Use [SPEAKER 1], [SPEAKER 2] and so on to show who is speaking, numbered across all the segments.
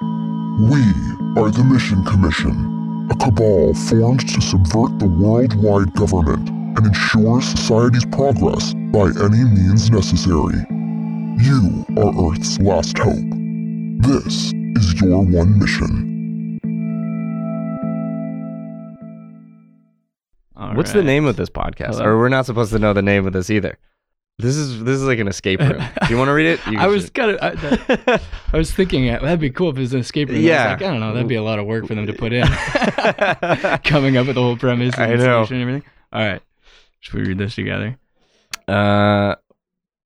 [SPEAKER 1] We are the Mission Commission, a cabal formed to subvert the worldwide government and ensure society's progress by any means necessary. You are Earth's last hope. This is your one mission.
[SPEAKER 2] All
[SPEAKER 3] What's the
[SPEAKER 2] right.
[SPEAKER 3] name of this podcast?
[SPEAKER 2] Hello?
[SPEAKER 3] Or we're not supposed to know the name of this either. This is this is like an escape room. Do you want to read it? You
[SPEAKER 2] I was
[SPEAKER 3] should.
[SPEAKER 2] kind of. I, that- I was thinking uh, that'd be cool if it was an escape room. I
[SPEAKER 3] Yeah.
[SPEAKER 2] was like, I don't know. That'd be a lot of work for them to put in. Coming up with the whole premise and
[SPEAKER 3] I know.
[SPEAKER 2] solution and everything. All right. Should we read this together?
[SPEAKER 3] Uh,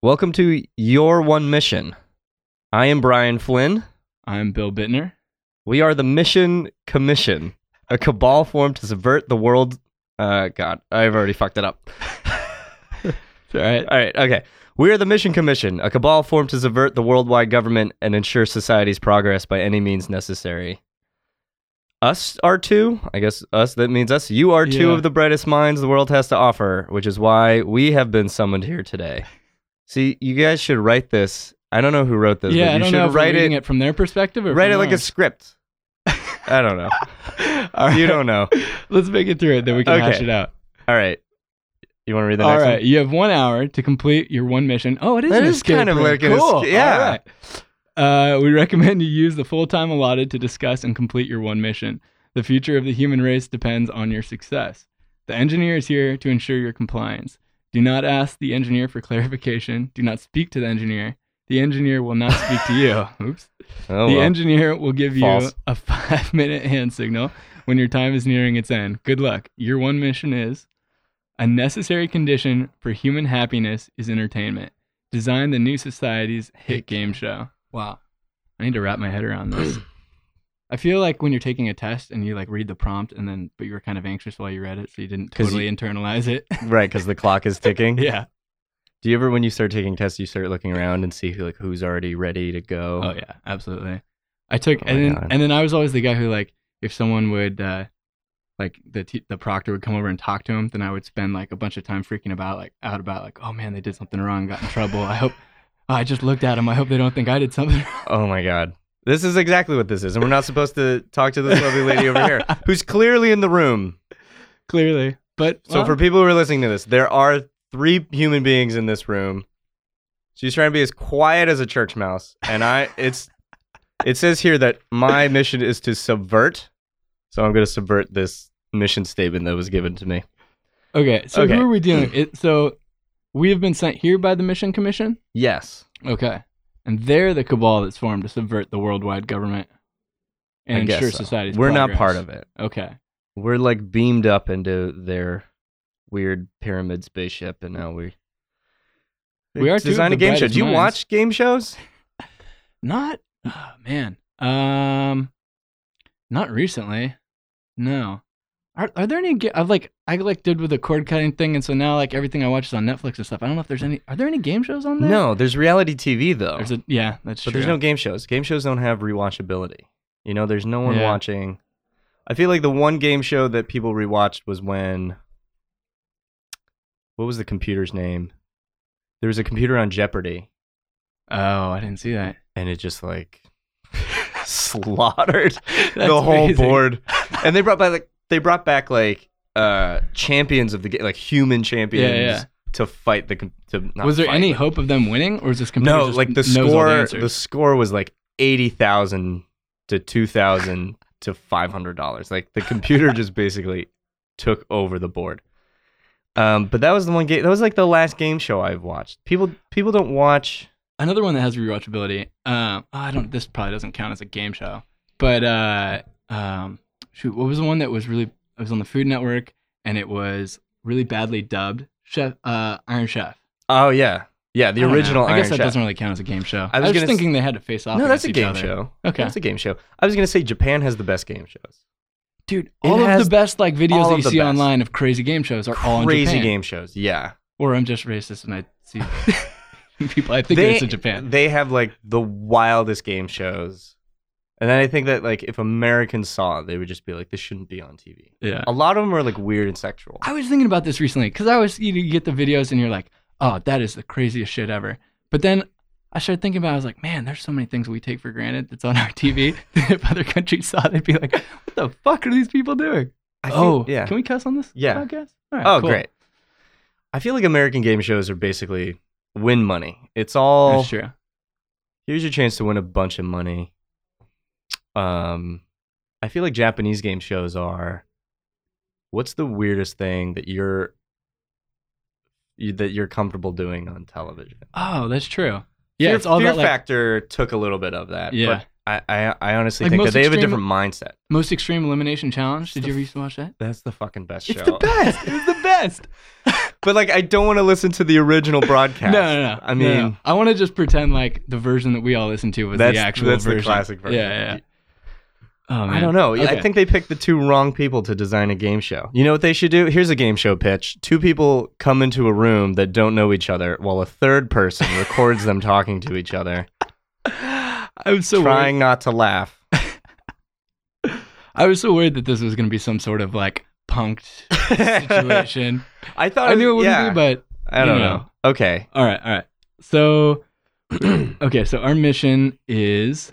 [SPEAKER 3] welcome to your one mission. I am Brian Flynn.
[SPEAKER 2] I'm Bill Bittner.
[SPEAKER 3] We are the Mission Commission, a cabal formed to subvert the world. Uh, God, I've already fucked it up.
[SPEAKER 2] All right.
[SPEAKER 3] All right, okay. We are the Mission Commission, a cabal formed to subvert the worldwide government and ensure society's progress by any means necessary. Us are two, I guess us, that means us. You are two
[SPEAKER 2] Yeah.
[SPEAKER 3] of the brightest minds the world has to offer, which is why we have been summoned here today. See, you guys should write this. I don't know who wrote this,
[SPEAKER 2] yeah.
[SPEAKER 3] but
[SPEAKER 2] I
[SPEAKER 3] you
[SPEAKER 2] don't
[SPEAKER 3] should
[SPEAKER 2] know if we're
[SPEAKER 3] write
[SPEAKER 2] reading
[SPEAKER 3] it,
[SPEAKER 2] it from their perspective or
[SPEAKER 3] write
[SPEAKER 2] from
[SPEAKER 3] it like a
[SPEAKER 2] ours.
[SPEAKER 3] script. I don't know.
[SPEAKER 2] All
[SPEAKER 3] You
[SPEAKER 2] right.
[SPEAKER 3] don't know.
[SPEAKER 2] Let's make it through it, then we can hash
[SPEAKER 3] Okay.
[SPEAKER 2] it out.
[SPEAKER 3] All right. You want to read the
[SPEAKER 2] All
[SPEAKER 3] next
[SPEAKER 2] right, you have one hour to complete your one mission. Oh, it is
[SPEAKER 3] That
[SPEAKER 2] an
[SPEAKER 3] is
[SPEAKER 2] escape
[SPEAKER 3] kind of
[SPEAKER 2] room.
[SPEAKER 3] like an
[SPEAKER 2] cool.
[SPEAKER 3] esca- yeah.
[SPEAKER 2] All right. Uh, we recommend you use the full time allotted to discuss and complete your one mission. The future of the human race depends on your success. The engineer is here to ensure your compliance. Do not ask the engineer for clarification. Do not speak to the engineer. The engineer will not speak to you. Oops.
[SPEAKER 3] one? Oh,
[SPEAKER 2] the
[SPEAKER 3] well.
[SPEAKER 2] engineer will give you
[SPEAKER 3] False.
[SPEAKER 2] a five minute hand signal when your time is nearing its end. Good luck. Your one mission is a necessary condition for human happiness is entertainment. Design the new society's hit game show. Wow. I need to wrap my head around this. I feel like when you're taking a test and you like read the prompt and then but you were kind of anxious while you read it, so you didn't
[SPEAKER 3] 'Cause
[SPEAKER 2] totally internalize it.
[SPEAKER 3] Right, because the clock is ticking.
[SPEAKER 2] yeah.
[SPEAKER 3] Do you ever, when you start taking tests, you start looking around and see who, like who's already ready to go?
[SPEAKER 2] Oh yeah, absolutely. I took
[SPEAKER 3] Oh my
[SPEAKER 2] and then
[SPEAKER 3] God.
[SPEAKER 2] and then I was always the guy who like if someone would uh like the te- the proctor would come over and talk to him, then I would spend like a bunch of time freaking about like out about like oh man they did something wrong, got in trouble. I hope oh, I just looked at him. I hope they don't think I did something. wrong.
[SPEAKER 3] Oh my god, this is exactly what this is, and we're not supposed to talk to this lovely lady over here, who's clearly in the room.
[SPEAKER 2] Clearly, but
[SPEAKER 3] So for people who are listening to this, there are three human beings in this room. She's trying to be as quiet as a church mouse, and I it's it says here that my mission is to subvert, so I'm going to subvert this mission statement that was given to me.
[SPEAKER 2] okay, so
[SPEAKER 3] Okay.
[SPEAKER 2] who are we dealing? It, so we have been sent here by the mission commission.
[SPEAKER 3] Yes,
[SPEAKER 2] Okay, and they're the cabal that's formed to subvert the worldwide government
[SPEAKER 3] I
[SPEAKER 2] and
[SPEAKER 3] guess
[SPEAKER 2] ensure
[SPEAKER 3] so.
[SPEAKER 2] society's.
[SPEAKER 3] We're not
[SPEAKER 2] progress.
[SPEAKER 3] part of it.
[SPEAKER 2] Okay.
[SPEAKER 3] we're like beamed up into their weird pyramid spaceship, and now we
[SPEAKER 2] We are two of
[SPEAKER 3] designed
[SPEAKER 2] the
[SPEAKER 3] a game show.
[SPEAKER 2] brightest
[SPEAKER 3] Do you
[SPEAKER 2] minds.
[SPEAKER 3] watch game shows?
[SPEAKER 2] Not oh, man. Um not recently. No. Are are there any ga- I've like I like did with the cord cutting thing and so now like everything I watch is on Netflix and stuff. I don't know if there's any Are there any game shows on there?
[SPEAKER 3] No, there's reality TV though,
[SPEAKER 2] There's a yeah, that's
[SPEAKER 3] but
[SPEAKER 2] true.
[SPEAKER 3] there's no game shows. Game shows don't have rewatchability. You know, there's no one
[SPEAKER 2] Yeah.
[SPEAKER 3] watching. I feel like the one game show that people rewatched was when what was the computer's name? There was a computer on Jeopardy,
[SPEAKER 2] Oh, I didn't see that.
[SPEAKER 3] and it just like slaughtered
[SPEAKER 2] That's
[SPEAKER 3] the whole
[SPEAKER 2] amazing.
[SPEAKER 3] board. And they brought back like they brought back like uh champions of the game, like human champions
[SPEAKER 2] yeah.
[SPEAKER 3] to fight the com- to not
[SPEAKER 2] was there
[SPEAKER 3] fight,
[SPEAKER 2] any
[SPEAKER 3] but-
[SPEAKER 2] hope of them winning or is this computer
[SPEAKER 3] No,
[SPEAKER 2] just
[SPEAKER 3] like the
[SPEAKER 2] knows all the
[SPEAKER 3] score the,
[SPEAKER 2] answers?
[SPEAKER 3] score was like 80,000 to 2,000 to $500. Like the computer just basically took over the board. Um, but that was the one game. That was like the last game show I've watched. People, people don't watch.
[SPEAKER 2] another one that has rewatchability. Um, I don't. This probably doesn't count as a game show, but uh, um, shoot, what was the one that was really? It was on the Food Network, and it was really badly dubbed. Chef, uh, Iron Chef.
[SPEAKER 3] Oh yeah, yeah.
[SPEAKER 2] I
[SPEAKER 3] The
[SPEAKER 2] don't know.
[SPEAKER 3] original.
[SPEAKER 2] I guess
[SPEAKER 3] Iron
[SPEAKER 2] that
[SPEAKER 3] Chef.
[SPEAKER 2] doesn't really count as a game show.
[SPEAKER 3] I
[SPEAKER 2] I was,
[SPEAKER 3] was gonna s-
[SPEAKER 2] just thinking they had to face off.
[SPEAKER 3] No, that's
[SPEAKER 2] against each
[SPEAKER 3] a game
[SPEAKER 2] other.
[SPEAKER 3] show.
[SPEAKER 2] Okay.
[SPEAKER 3] that's a game show. I was gonna say Japan has the best game shows.
[SPEAKER 2] dude.
[SPEAKER 3] It
[SPEAKER 2] All of
[SPEAKER 3] has
[SPEAKER 2] the best like videos
[SPEAKER 3] all
[SPEAKER 2] that
[SPEAKER 3] of
[SPEAKER 2] you
[SPEAKER 3] the
[SPEAKER 2] see
[SPEAKER 3] best.
[SPEAKER 2] online of crazy game shows are all in
[SPEAKER 3] Crazy
[SPEAKER 2] Japan.
[SPEAKER 3] game shows. Yeah,
[SPEAKER 2] Or I'm just racist and I see people. I think it's in Japan.
[SPEAKER 3] They have like the wildest game shows, and then I think that like if Americans saw it, they would just be like, "This shouldn't be on TV."
[SPEAKER 2] yeah.
[SPEAKER 3] A lot of them are like weird and sexual.
[SPEAKER 2] I was thinking about this recently because I was you, know, you get the videos and you're like, oh, that is the craziest shit ever. But then I started thinking about. it, I was like, man, there's so many things we take for granted that's on our TV. that if other countries saw, it, they'd be like, what the fuck are these people doing?
[SPEAKER 3] I think-
[SPEAKER 2] oh,
[SPEAKER 3] yeah.
[SPEAKER 2] Can we cuss on this?
[SPEAKER 3] Yeah.
[SPEAKER 2] Podcast? All right,
[SPEAKER 3] oh,
[SPEAKER 2] cool.
[SPEAKER 3] great. I feel like American game shows are basically win money. It's all
[SPEAKER 2] That's true.
[SPEAKER 3] here's your chance to win a bunch of money. Um, I feel like Japanese game shows are. What's the weirdest thing that you're you, that you're comfortable doing on television?
[SPEAKER 2] Oh, that's true. Yeah,
[SPEAKER 3] Fear,
[SPEAKER 2] it's all
[SPEAKER 3] Fear
[SPEAKER 2] about like
[SPEAKER 3] Factor took a little bit of that.
[SPEAKER 2] Yeah.
[SPEAKER 3] but I I, I honestly
[SPEAKER 2] Like
[SPEAKER 3] think
[SPEAKER 2] most
[SPEAKER 3] that they have a
[SPEAKER 2] extreme-
[SPEAKER 3] different mindset.
[SPEAKER 2] most extreme elimination challenge. Did
[SPEAKER 3] It's
[SPEAKER 2] you
[SPEAKER 3] the-
[SPEAKER 2] ever used to watch that?
[SPEAKER 3] That's the fucking best
[SPEAKER 2] It's
[SPEAKER 3] show.
[SPEAKER 2] the best. it's the best.
[SPEAKER 3] but like, I don't want to listen to the original broadcast.
[SPEAKER 2] No, no, no.
[SPEAKER 3] I
[SPEAKER 2] No,
[SPEAKER 3] mean,
[SPEAKER 2] no. I want to just pretend like the version that we all listened to was
[SPEAKER 3] that's
[SPEAKER 2] the actual
[SPEAKER 3] that's
[SPEAKER 2] version.
[SPEAKER 3] the classic version.
[SPEAKER 2] Yeah, yeah. Oh,
[SPEAKER 3] I
[SPEAKER 2] man.
[SPEAKER 3] don't know.
[SPEAKER 2] Okay.
[SPEAKER 3] I think they picked the two wrong people to design a game show. You know what they should do? Here's a game show pitch. Two people come into a room that don't know each other while a third person records them talking to each other,
[SPEAKER 2] I was so worried.
[SPEAKER 3] trying not to laugh.
[SPEAKER 2] I was so worried that this was going to be some sort of like punked situation.
[SPEAKER 3] I thought
[SPEAKER 2] I knew it wouldn't
[SPEAKER 3] Uh, yeah,
[SPEAKER 2] be, but
[SPEAKER 3] I don't
[SPEAKER 2] you
[SPEAKER 3] know. Okay.
[SPEAKER 2] all right, all right. So, okay, so our mission is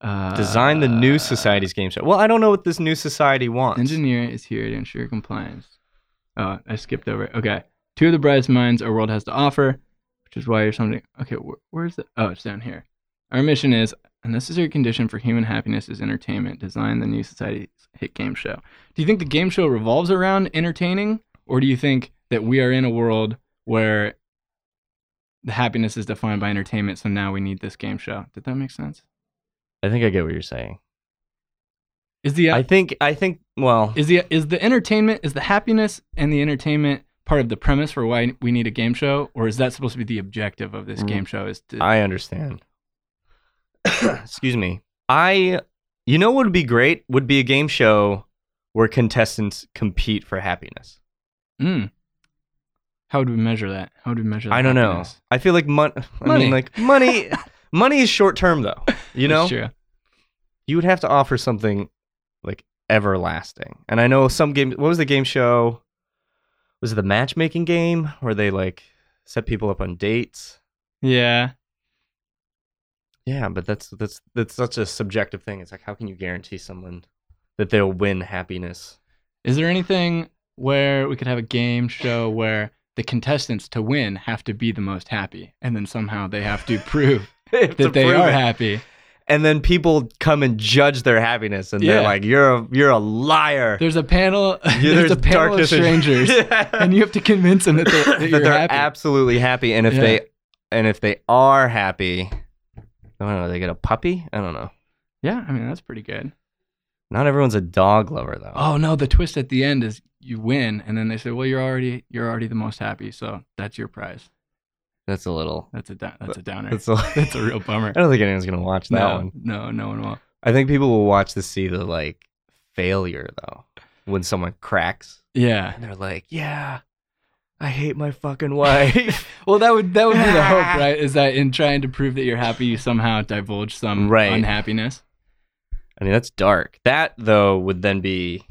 [SPEAKER 2] uh,
[SPEAKER 3] Design the new society's game show. Well, I don't know what this new society wants.
[SPEAKER 2] Engineer is here to ensure compliance. Oh, I skipped over. it. Okay. Two of the brightest minds our world has to offer, which is why you're something. Okay, wh- where's the. Oh, it's down here. Our mission is a necessary condition for human happiness is entertainment. Design the new society's hit game show. Do you think the game show revolves around entertaining, or do you think that we are in a world where the happiness is defined by entertainment, so now we need this game show? Did that make sense?
[SPEAKER 3] I think I get what you're saying.
[SPEAKER 2] Is the
[SPEAKER 3] I think I think well,
[SPEAKER 2] Is the is the entertainment is the happiness and the entertainment part of the premise for why we need a game show, or is that supposed to be the objective of this
[SPEAKER 3] Mm.
[SPEAKER 2] game show? Is to
[SPEAKER 3] I understand. Excuse me. I, you know, what would be great would be a game show where contestants compete for happiness.
[SPEAKER 2] Mm. how would we measure that? How would we measure? That
[SPEAKER 3] I don't know.
[SPEAKER 2] happiness?
[SPEAKER 3] I feel like mon- I
[SPEAKER 2] Money.
[SPEAKER 3] mean, like money. money is short term, though. You
[SPEAKER 2] That's
[SPEAKER 3] know,
[SPEAKER 2] true.
[SPEAKER 3] you would have to offer something like everlasting. And I know some game. What was the game show? Was it the matchmaking game where they like set people up on dates?
[SPEAKER 2] Yeah,
[SPEAKER 3] Yeah, but that's that's that's such a subjective thing. It's like how can you guarantee someone that they'll win happiness?
[SPEAKER 2] Is there anything where we could have a game show where the contestants to win have to be the most happy, and then somehow they have to prove
[SPEAKER 3] To
[SPEAKER 2] that they
[SPEAKER 3] prove
[SPEAKER 2] are
[SPEAKER 3] it.
[SPEAKER 2] happy?
[SPEAKER 3] And then people come and judge their happiness and they're
[SPEAKER 2] Yeah.
[SPEAKER 3] like you're a, you're a liar.
[SPEAKER 2] There's a panel.
[SPEAKER 3] You-
[SPEAKER 2] there's, a panel of
[SPEAKER 3] darkness in-
[SPEAKER 2] strangers,
[SPEAKER 3] Yeah.
[SPEAKER 2] and you have to convince them that they're, that
[SPEAKER 3] that
[SPEAKER 2] you're
[SPEAKER 3] they're
[SPEAKER 2] happy.
[SPEAKER 3] absolutely happy and if
[SPEAKER 2] Yeah.
[SPEAKER 3] they and if they are happy, I don't know, they get a puppy? I don't know.
[SPEAKER 2] yeah, I mean that's pretty good.
[SPEAKER 3] Not everyone's a dog lover though.
[SPEAKER 2] oh no the twist at the end is you win and then they say well you're already you're already the most happy so that's your prize
[SPEAKER 3] That's a little
[SPEAKER 2] that's a down, that's a downer
[SPEAKER 3] that's
[SPEAKER 2] that's,
[SPEAKER 3] a,
[SPEAKER 2] a real bummer
[SPEAKER 3] I don't think anyone's going to watch that
[SPEAKER 2] no
[SPEAKER 3] one.
[SPEAKER 2] no no one will
[SPEAKER 3] I think people will watch to see the like failure though when someone cracks
[SPEAKER 2] yeah
[SPEAKER 3] and they're like, "Yeah, I hate my fucking wife."
[SPEAKER 2] well that would that would be the hope right is that in trying to prove that you're happy you somehow divulge some
[SPEAKER 3] Right.
[SPEAKER 2] unhappiness
[SPEAKER 3] I mean, that's dark. That though would then be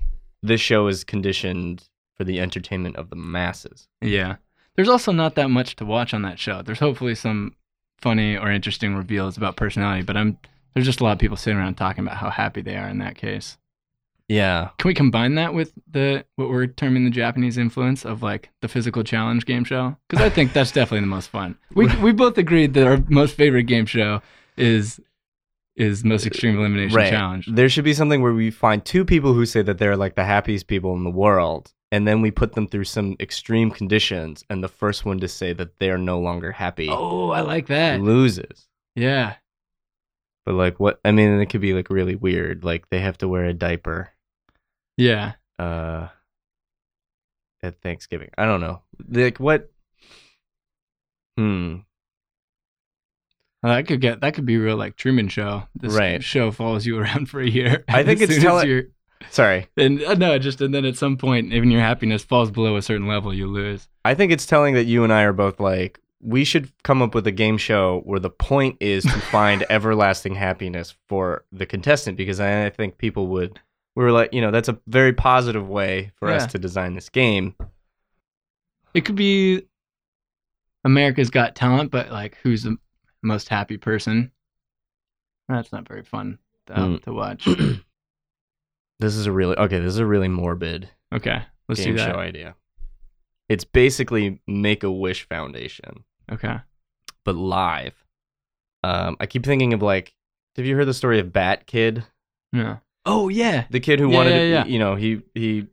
[SPEAKER 3] this show is conditioned for the entertainment of the masses.
[SPEAKER 2] yeah there's also not that much to watch on that show there's hopefully some funny or interesting reveals about personality but i'm there's just a lot of people sitting around talking about how happy they are in that case
[SPEAKER 3] Yeah.
[SPEAKER 2] Can we combine that with the what we're terming the Japanese influence of like the physical challenge game show? Because I think that's definitely the most fun. We we both agreed that our most favorite game show is is most extreme elimination challenge.
[SPEAKER 3] There should be something where we find two people who say that they're like the happiest people in the world, and then we put them through some extreme conditions, and the first one to say that they're no longer happy
[SPEAKER 2] Oh, I like that.
[SPEAKER 3] loses.
[SPEAKER 2] Yeah.
[SPEAKER 3] But like what I mean, it could be like really weird. Like they have to wear a diaper
[SPEAKER 2] Yeah.
[SPEAKER 3] uh at Thanksgiving. I don't know. Like what Hmm.
[SPEAKER 2] Well, that could get that could be real like Truman show. This
[SPEAKER 3] Right.
[SPEAKER 2] show follows you around for a year.
[SPEAKER 3] I think
[SPEAKER 2] As
[SPEAKER 3] it's
[SPEAKER 2] soon as
[SPEAKER 3] tele-
[SPEAKER 2] you're-
[SPEAKER 3] Sorry.
[SPEAKER 2] and uh, no, just and then at some point, even your happiness falls below a certain level, you lose.
[SPEAKER 3] I think it's telling that you and I are both like we should come up with a game show where the point is to find everlasting happiness for the contestant because I, I think people would we were like, you know, that's a very positive way for
[SPEAKER 2] Yeah.
[SPEAKER 3] us to design this game.
[SPEAKER 2] It could be America's Got Talent, but like who's the most happy person? That's not very fun uh,
[SPEAKER 3] Mm.
[SPEAKER 2] to watch.
[SPEAKER 3] This is a really okay. This is a really morbid
[SPEAKER 2] Okay, let's
[SPEAKER 3] game
[SPEAKER 2] do that.
[SPEAKER 3] show idea. It's basically Make a Wish Foundation,
[SPEAKER 2] Okay,
[SPEAKER 3] but live. Um, I keep thinking of like, have you heard the story of Bat Kid?
[SPEAKER 2] no. Oh yeah,
[SPEAKER 3] the kid who
[SPEAKER 2] Yeah,
[SPEAKER 3] wanted to,
[SPEAKER 2] yeah, yeah.
[SPEAKER 3] you know he he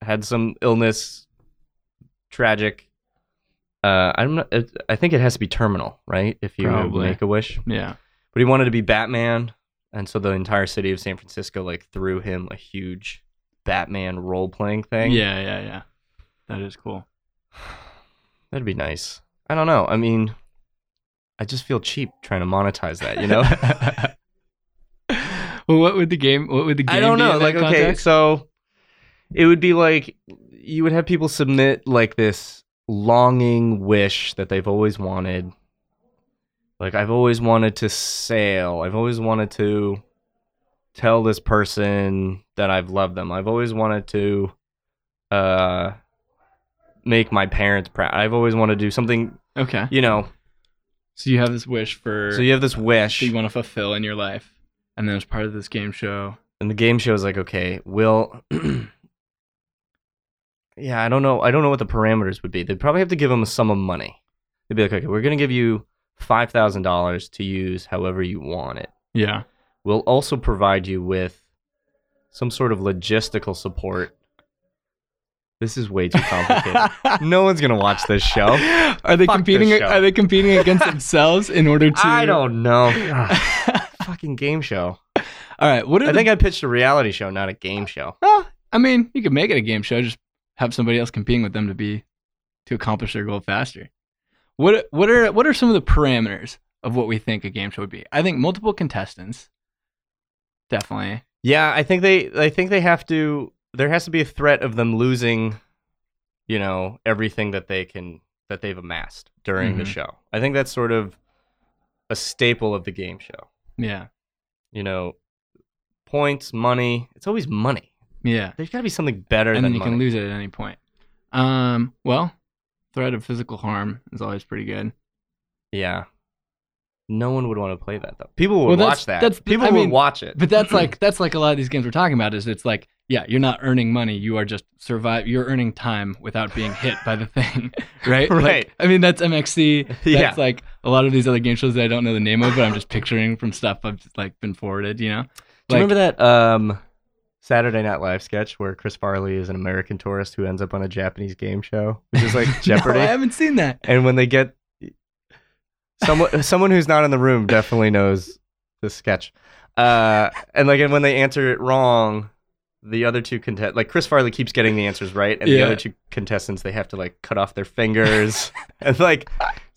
[SPEAKER 3] had some illness tragic uh i'm not it- i think it has to be terminal right if you
[SPEAKER 2] Probably.
[SPEAKER 3] make a wish
[SPEAKER 2] yeah.
[SPEAKER 3] but he wanted to be batman and so the entire city of san francisco like threw him a huge batman role playing thing
[SPEAKER 2] Yeah, yeah, yeah. That is cool.
[SPEAKER 3] that'd be nice i don't know i mean i just feel cheap trying to monetize that you know
[SPEAKER 2] well, what would the game? What would the game?
[SPEAKER 3] I don't
[SPEAKER 2] be
[SPEAKER 3] know.
[SPEAKER 2] in
[SPEAKER 3] Like,
[SPEAKER 2] that
[SPEAKER 3] okay,
[SPEAKER 2] context?
[SPEAKER 3] so it would be like you would have people submit like this longing wish that they've always wanted. Like, I've always wanted to sail. I've always wanted to tell this person that I've loved them. I've always wanted to uh, make my parents proud. I've always wanted to do something,
[SPEAKER 2] okay.
[SPEAKER 3] you know.
[SPEAKER 2] So you have this wish for
[SPEAKER 3] So you have this wish.
[SPEAKER 2] that you want to fulfill in your life, and then as part of this game show,
[SPEAKER 3] and the game show is like, okay, will. yeah, I don't know. I don't know what the parameters would be. They'd probably have to give him a sum of money. They'd be like, okay, we're gonna give you five thousand dollars to use however you want it.
[SPEAKER 2] yeah,
[SPEAKER 3] We'll also provide you with some sort of logistical support. This is way too complicated. no one's gonna watch this show.
[SPEAKER 2] Are they
[SPEAKER 3] Fuck
[SPEAKER 2] competing?
[SPEAKER 3] this show.
[SPEAKER 2] Are they competing against themselves in order to?
[SPEAKER 3] I don't know. Ah, fucking game show.
[SPEAKER 2] All right. What are
[SPEAKER 3] I
[SPEAKER 2] the-
[SPEAKER 3] think I pitched a reality show, not a game show.
[SPEAKER 2] Well, I mean, you could make it a game show. Just have somebody else competing with them to be to accomplish their goal faster. What what are what are some of the parameters of what we think a game show would be? I think multiple contestants, definitely.
[SPEAKER 3] Yeah, I think they I think they have to there has to be a threat of them losing, you know, everything that they can that they've amassed during the
[SPEAKER 2] Mhm.
[SPEAKER 3] show. I think that's sort of a staple of the game show.
[SPEAKER 2] Yeah,
[SPEAKER 3] You know, points, money, it's always money.
[SPEAKER 2] yeah.
[SPEAKER 3] There's got to be something better
[SPEAKER 2] And
[SPEAKER 3] than
[SPEAKER 2] then you
[SPEAKER 3] money.
[SPEAKER 2] can lose it at any point. Um. Well, threat of physical harm is always pretty good.
[SPEAKER 3] Yeah. No one would want to play that though. People would
[SPEAKER 2] Well, that's-
[SPEAKER 3] watch that.
[SPEAKER 2] that's-
[SPEAKER 3] People
[SPEAKER 2] I
[SPEAKER 3] would
[SPEAKER 2] mean,
[SPEAKER 3] watch it.
[SPEAKER 2] But that's like that's like a lot of these games we're talking about is it's like yeah you're not earning money you are just survive you're earning time without being hit by the thing right Like,
[SPEAKER 3] Right.
[SPEAKER 2] I mean that's MXC that's
[SPEAKER 3] Yeah.
[SPEAKER 2] like a lot of these other game shows that I don't know the name of but I'm just picturing from stuff I've just, like been forwarded you know
[SPEAKER 3] Do you
[SPEAKER 2] Like-
[SPEAKER 3] remember that um Saturday Night Live sketch where Chris Farley is an American tourist who ends up on a Japanese game show, which is like Jeopardy?
[SPEAKER 2] No, I haven't seen that
[SPEAKER 3] and when they get someone someone who's not in the room definitely knows the sketch uh and like and when they answer it wrong the other two contest like chris farley keeps getting the answers right and the
[SPEAKER 2] Yeah.
[SPEAKER 3] other two contestants they have to like cut off their fingers and like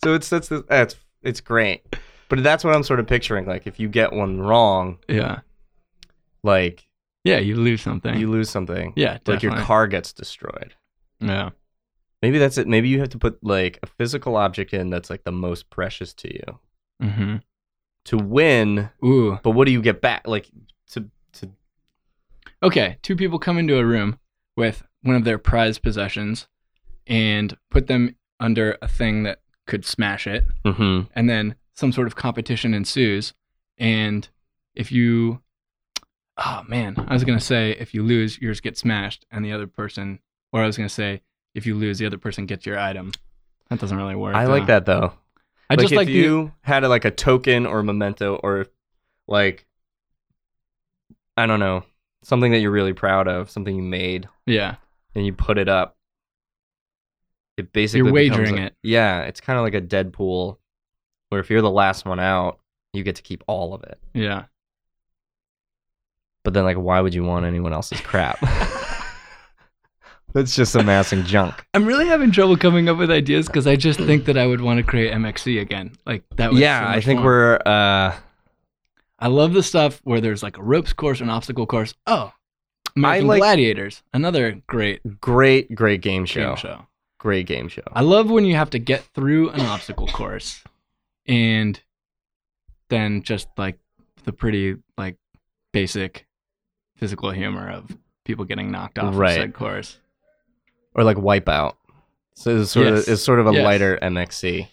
[SPEAKER 3] so it's that's the that's it's great but that's what i'm sort of picturing like if you get one wrong
[SPEAKER 2] yeah
[SPEAKER 3] like
[SPEAKER 2] yeah you lose something
[SPEAKER 3] you lose something
[SPEAKER 2] yeah
[SPEAKER 3] like
[SPEAKER 2] definitely.
[SPEAKER 3] your car gets destroyed
[SPEAKER 2] yeah
[SPEAKER 3] maybe that's it maybe you have to put like a physical object in that's like the most precious to you
[SPEAKER 2] mm-hmm.
[SPEAKER 3] to win,
[SPEAKER 2] ooh
[SPEAKER 3] but what do you get back? Like to to
[SPEAKER 2] Okay, two people come into a room with one of their prized possessions and put them under a thing that could smash it,
[SPEAKER 3] mm-hmm.
[SPEAKER 2] and then some sort of competition ensues. And if you, oh man, I was gonna say if you lose, yours get smashed, and the other person, or I was gonna say if you lose, the other person gets your item. That doesn't really work.
[SPEAKER 3] I like
[SPEAKER 2] though.
[SPEAKER 3] that though.
[SPEAKER 2] I
[SPEAKER 3] like
[SPEAKER 2] just
[SPEAKER 3] if
[SPEAKER 2] like you.
[SPEAKER 3] you had a, like a token or a memento or like I don't know something that you're really proud of, something you made,
[SPEAKER 2] yeah,
[SPEAKER 3] and you put it up. It basically
[SPEAKER 2] You're
[SPEAKER 3] becomes
[SPEAKER 2] wagering
[SPEAKER 3] a-
[SPEAKER 2] it.
[SPEAKER 3] Yeah, it's kind of like a Deadpool, where if you're the last one out, you get to keep all of it.
[SPEAKER 2] yeah.
[SPEAKER 3] But then, like, why would you want anyone else's crap? That's just amassing junk.
[SPEAKER 2] I'm really having trouble coming up with ideas because I just think that I would want to create MXC again. Like that. Was so
[SPEAKER 3] yeah, I
[SPEAKER 2] much
[SPEAKER 3] think
[SPEAKER 2] fun.
[SPEAKER 3] we're uh
[SPEAKER 2] I love the stuff where there's like a ropes course, an obstacle course. Oh, American
[SPEAKER 3] like-
[SPEAKER 2] Gladiators, another great
[SPEAKER 3] great, great game show.
[SPEAKER 2] game show.
[SPEAKER 3] Great game show.
[SPEAKER 2] I love when you have to get through an obstacle course, and then just like the pretty like basic physical humor of people getting knocked off of
[SPEAKER 3] Right.
[SPEAKER 2] said course.
[SPEAKER 3] Or like Wipeout. So it's sort
[SPEAKER 2] Yes.
[SPEAKER 3] of it's sort of a
[SPEAKER 2] Yes.
[SPEAKER 3] lighter MXC.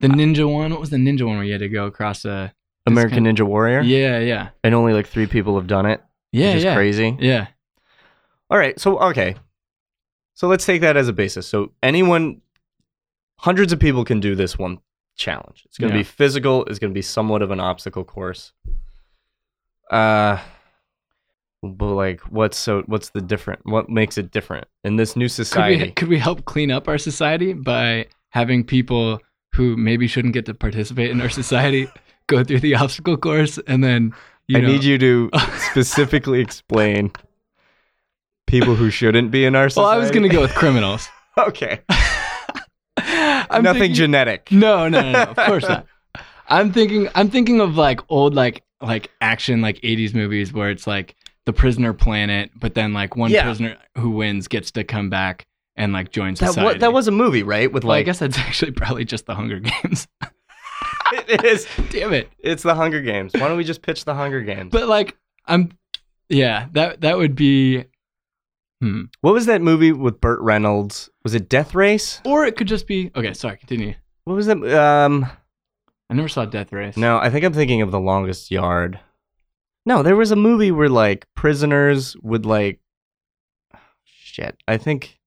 [SPEAKER 2] The ninja one. What was the ninja one where you had to go across a?
[SPEAKER 3] American Ninja Warrior.
[SPEAKER 2] Yeah, yeah,
[SPEAKER 3] And only like three people have done it.
[SPEAKER 2] yeah,
[SPEAKER 3] which is
[SPEAKER 2] yeah,
[SPEAKER 3] crazy.
[SPEAKER 2] yeah.
[SPEAKER 3] All right. So okay. So let's take that as a basis. So anyone, hundreds of people can do this one challenge. It's going to
[SPEAKER 2] Yeah.
[SPEAKER 3] be physical. It's going to be somewhat of an obstacle course. Uh, but like, what's so? What's the different? What makes it different in this new
[SPEAKER 2] Could we
[SPEAKER 3] society?
[SPEAKER 2] could we help clean up our society by having people who maybe shouldn't get to participate in our society go through the obstacle course and then you
[SPEAKER 3] I
[SPEAKER 2] know,
[SPEAKER 3] need you to specifically explain people who shouldn't be in our
[SPEAKER 2] Well,
[SPEAKER 3] society.
[SPEAKER 2] I was gonna go with criminals.
[SPEAKER 3] Okay.
[SPEAKER 2] I'm
[SPEAKER 3] Nothing
[SPEAKER 2] thinking-
[SPEAKER 3] genetic.
[SPEAKER 2] No, no, no, no, of course not. I'm thinking I'm thinking of like old like like action like 80s movies where it's like the prisoner planet but then like one
[SPEAKER 3] Yeah.
[SPEAKER 2] prisoner who wins gets to come back and like join
[SPEAKER 3] That,
[SPEAKER 2] society.
[SPEAKER 3] wa- that was a movie, right? With
[SPEAKER 2] well, I
[SPEAKER 3] like,
[SPEAKER 2] guess that's actually probably just the Hunger Games.
[SPEAKER 3] it is.
[SPEAKER 2] Damn it.
[SPEAKER 3] It's the Hunger Games. Why don't we just pitch the Hunger Games?
[SPEAKER 2] But like I'm yeah, that that would be
[SPEAKER 3] what was that movie with Burt Reynolds? Was it Death Race?
[SPEAKER 2] or it could just be Okay, sorry, continue.
[SPEAKER 3] What was that? Um,
[SPEAKER 2] I never saw Death Race.
[SPEAKER 3] no, I think I'm thinking of The Longest Yard. No, there was a movie where like prisoners would like, shit. I think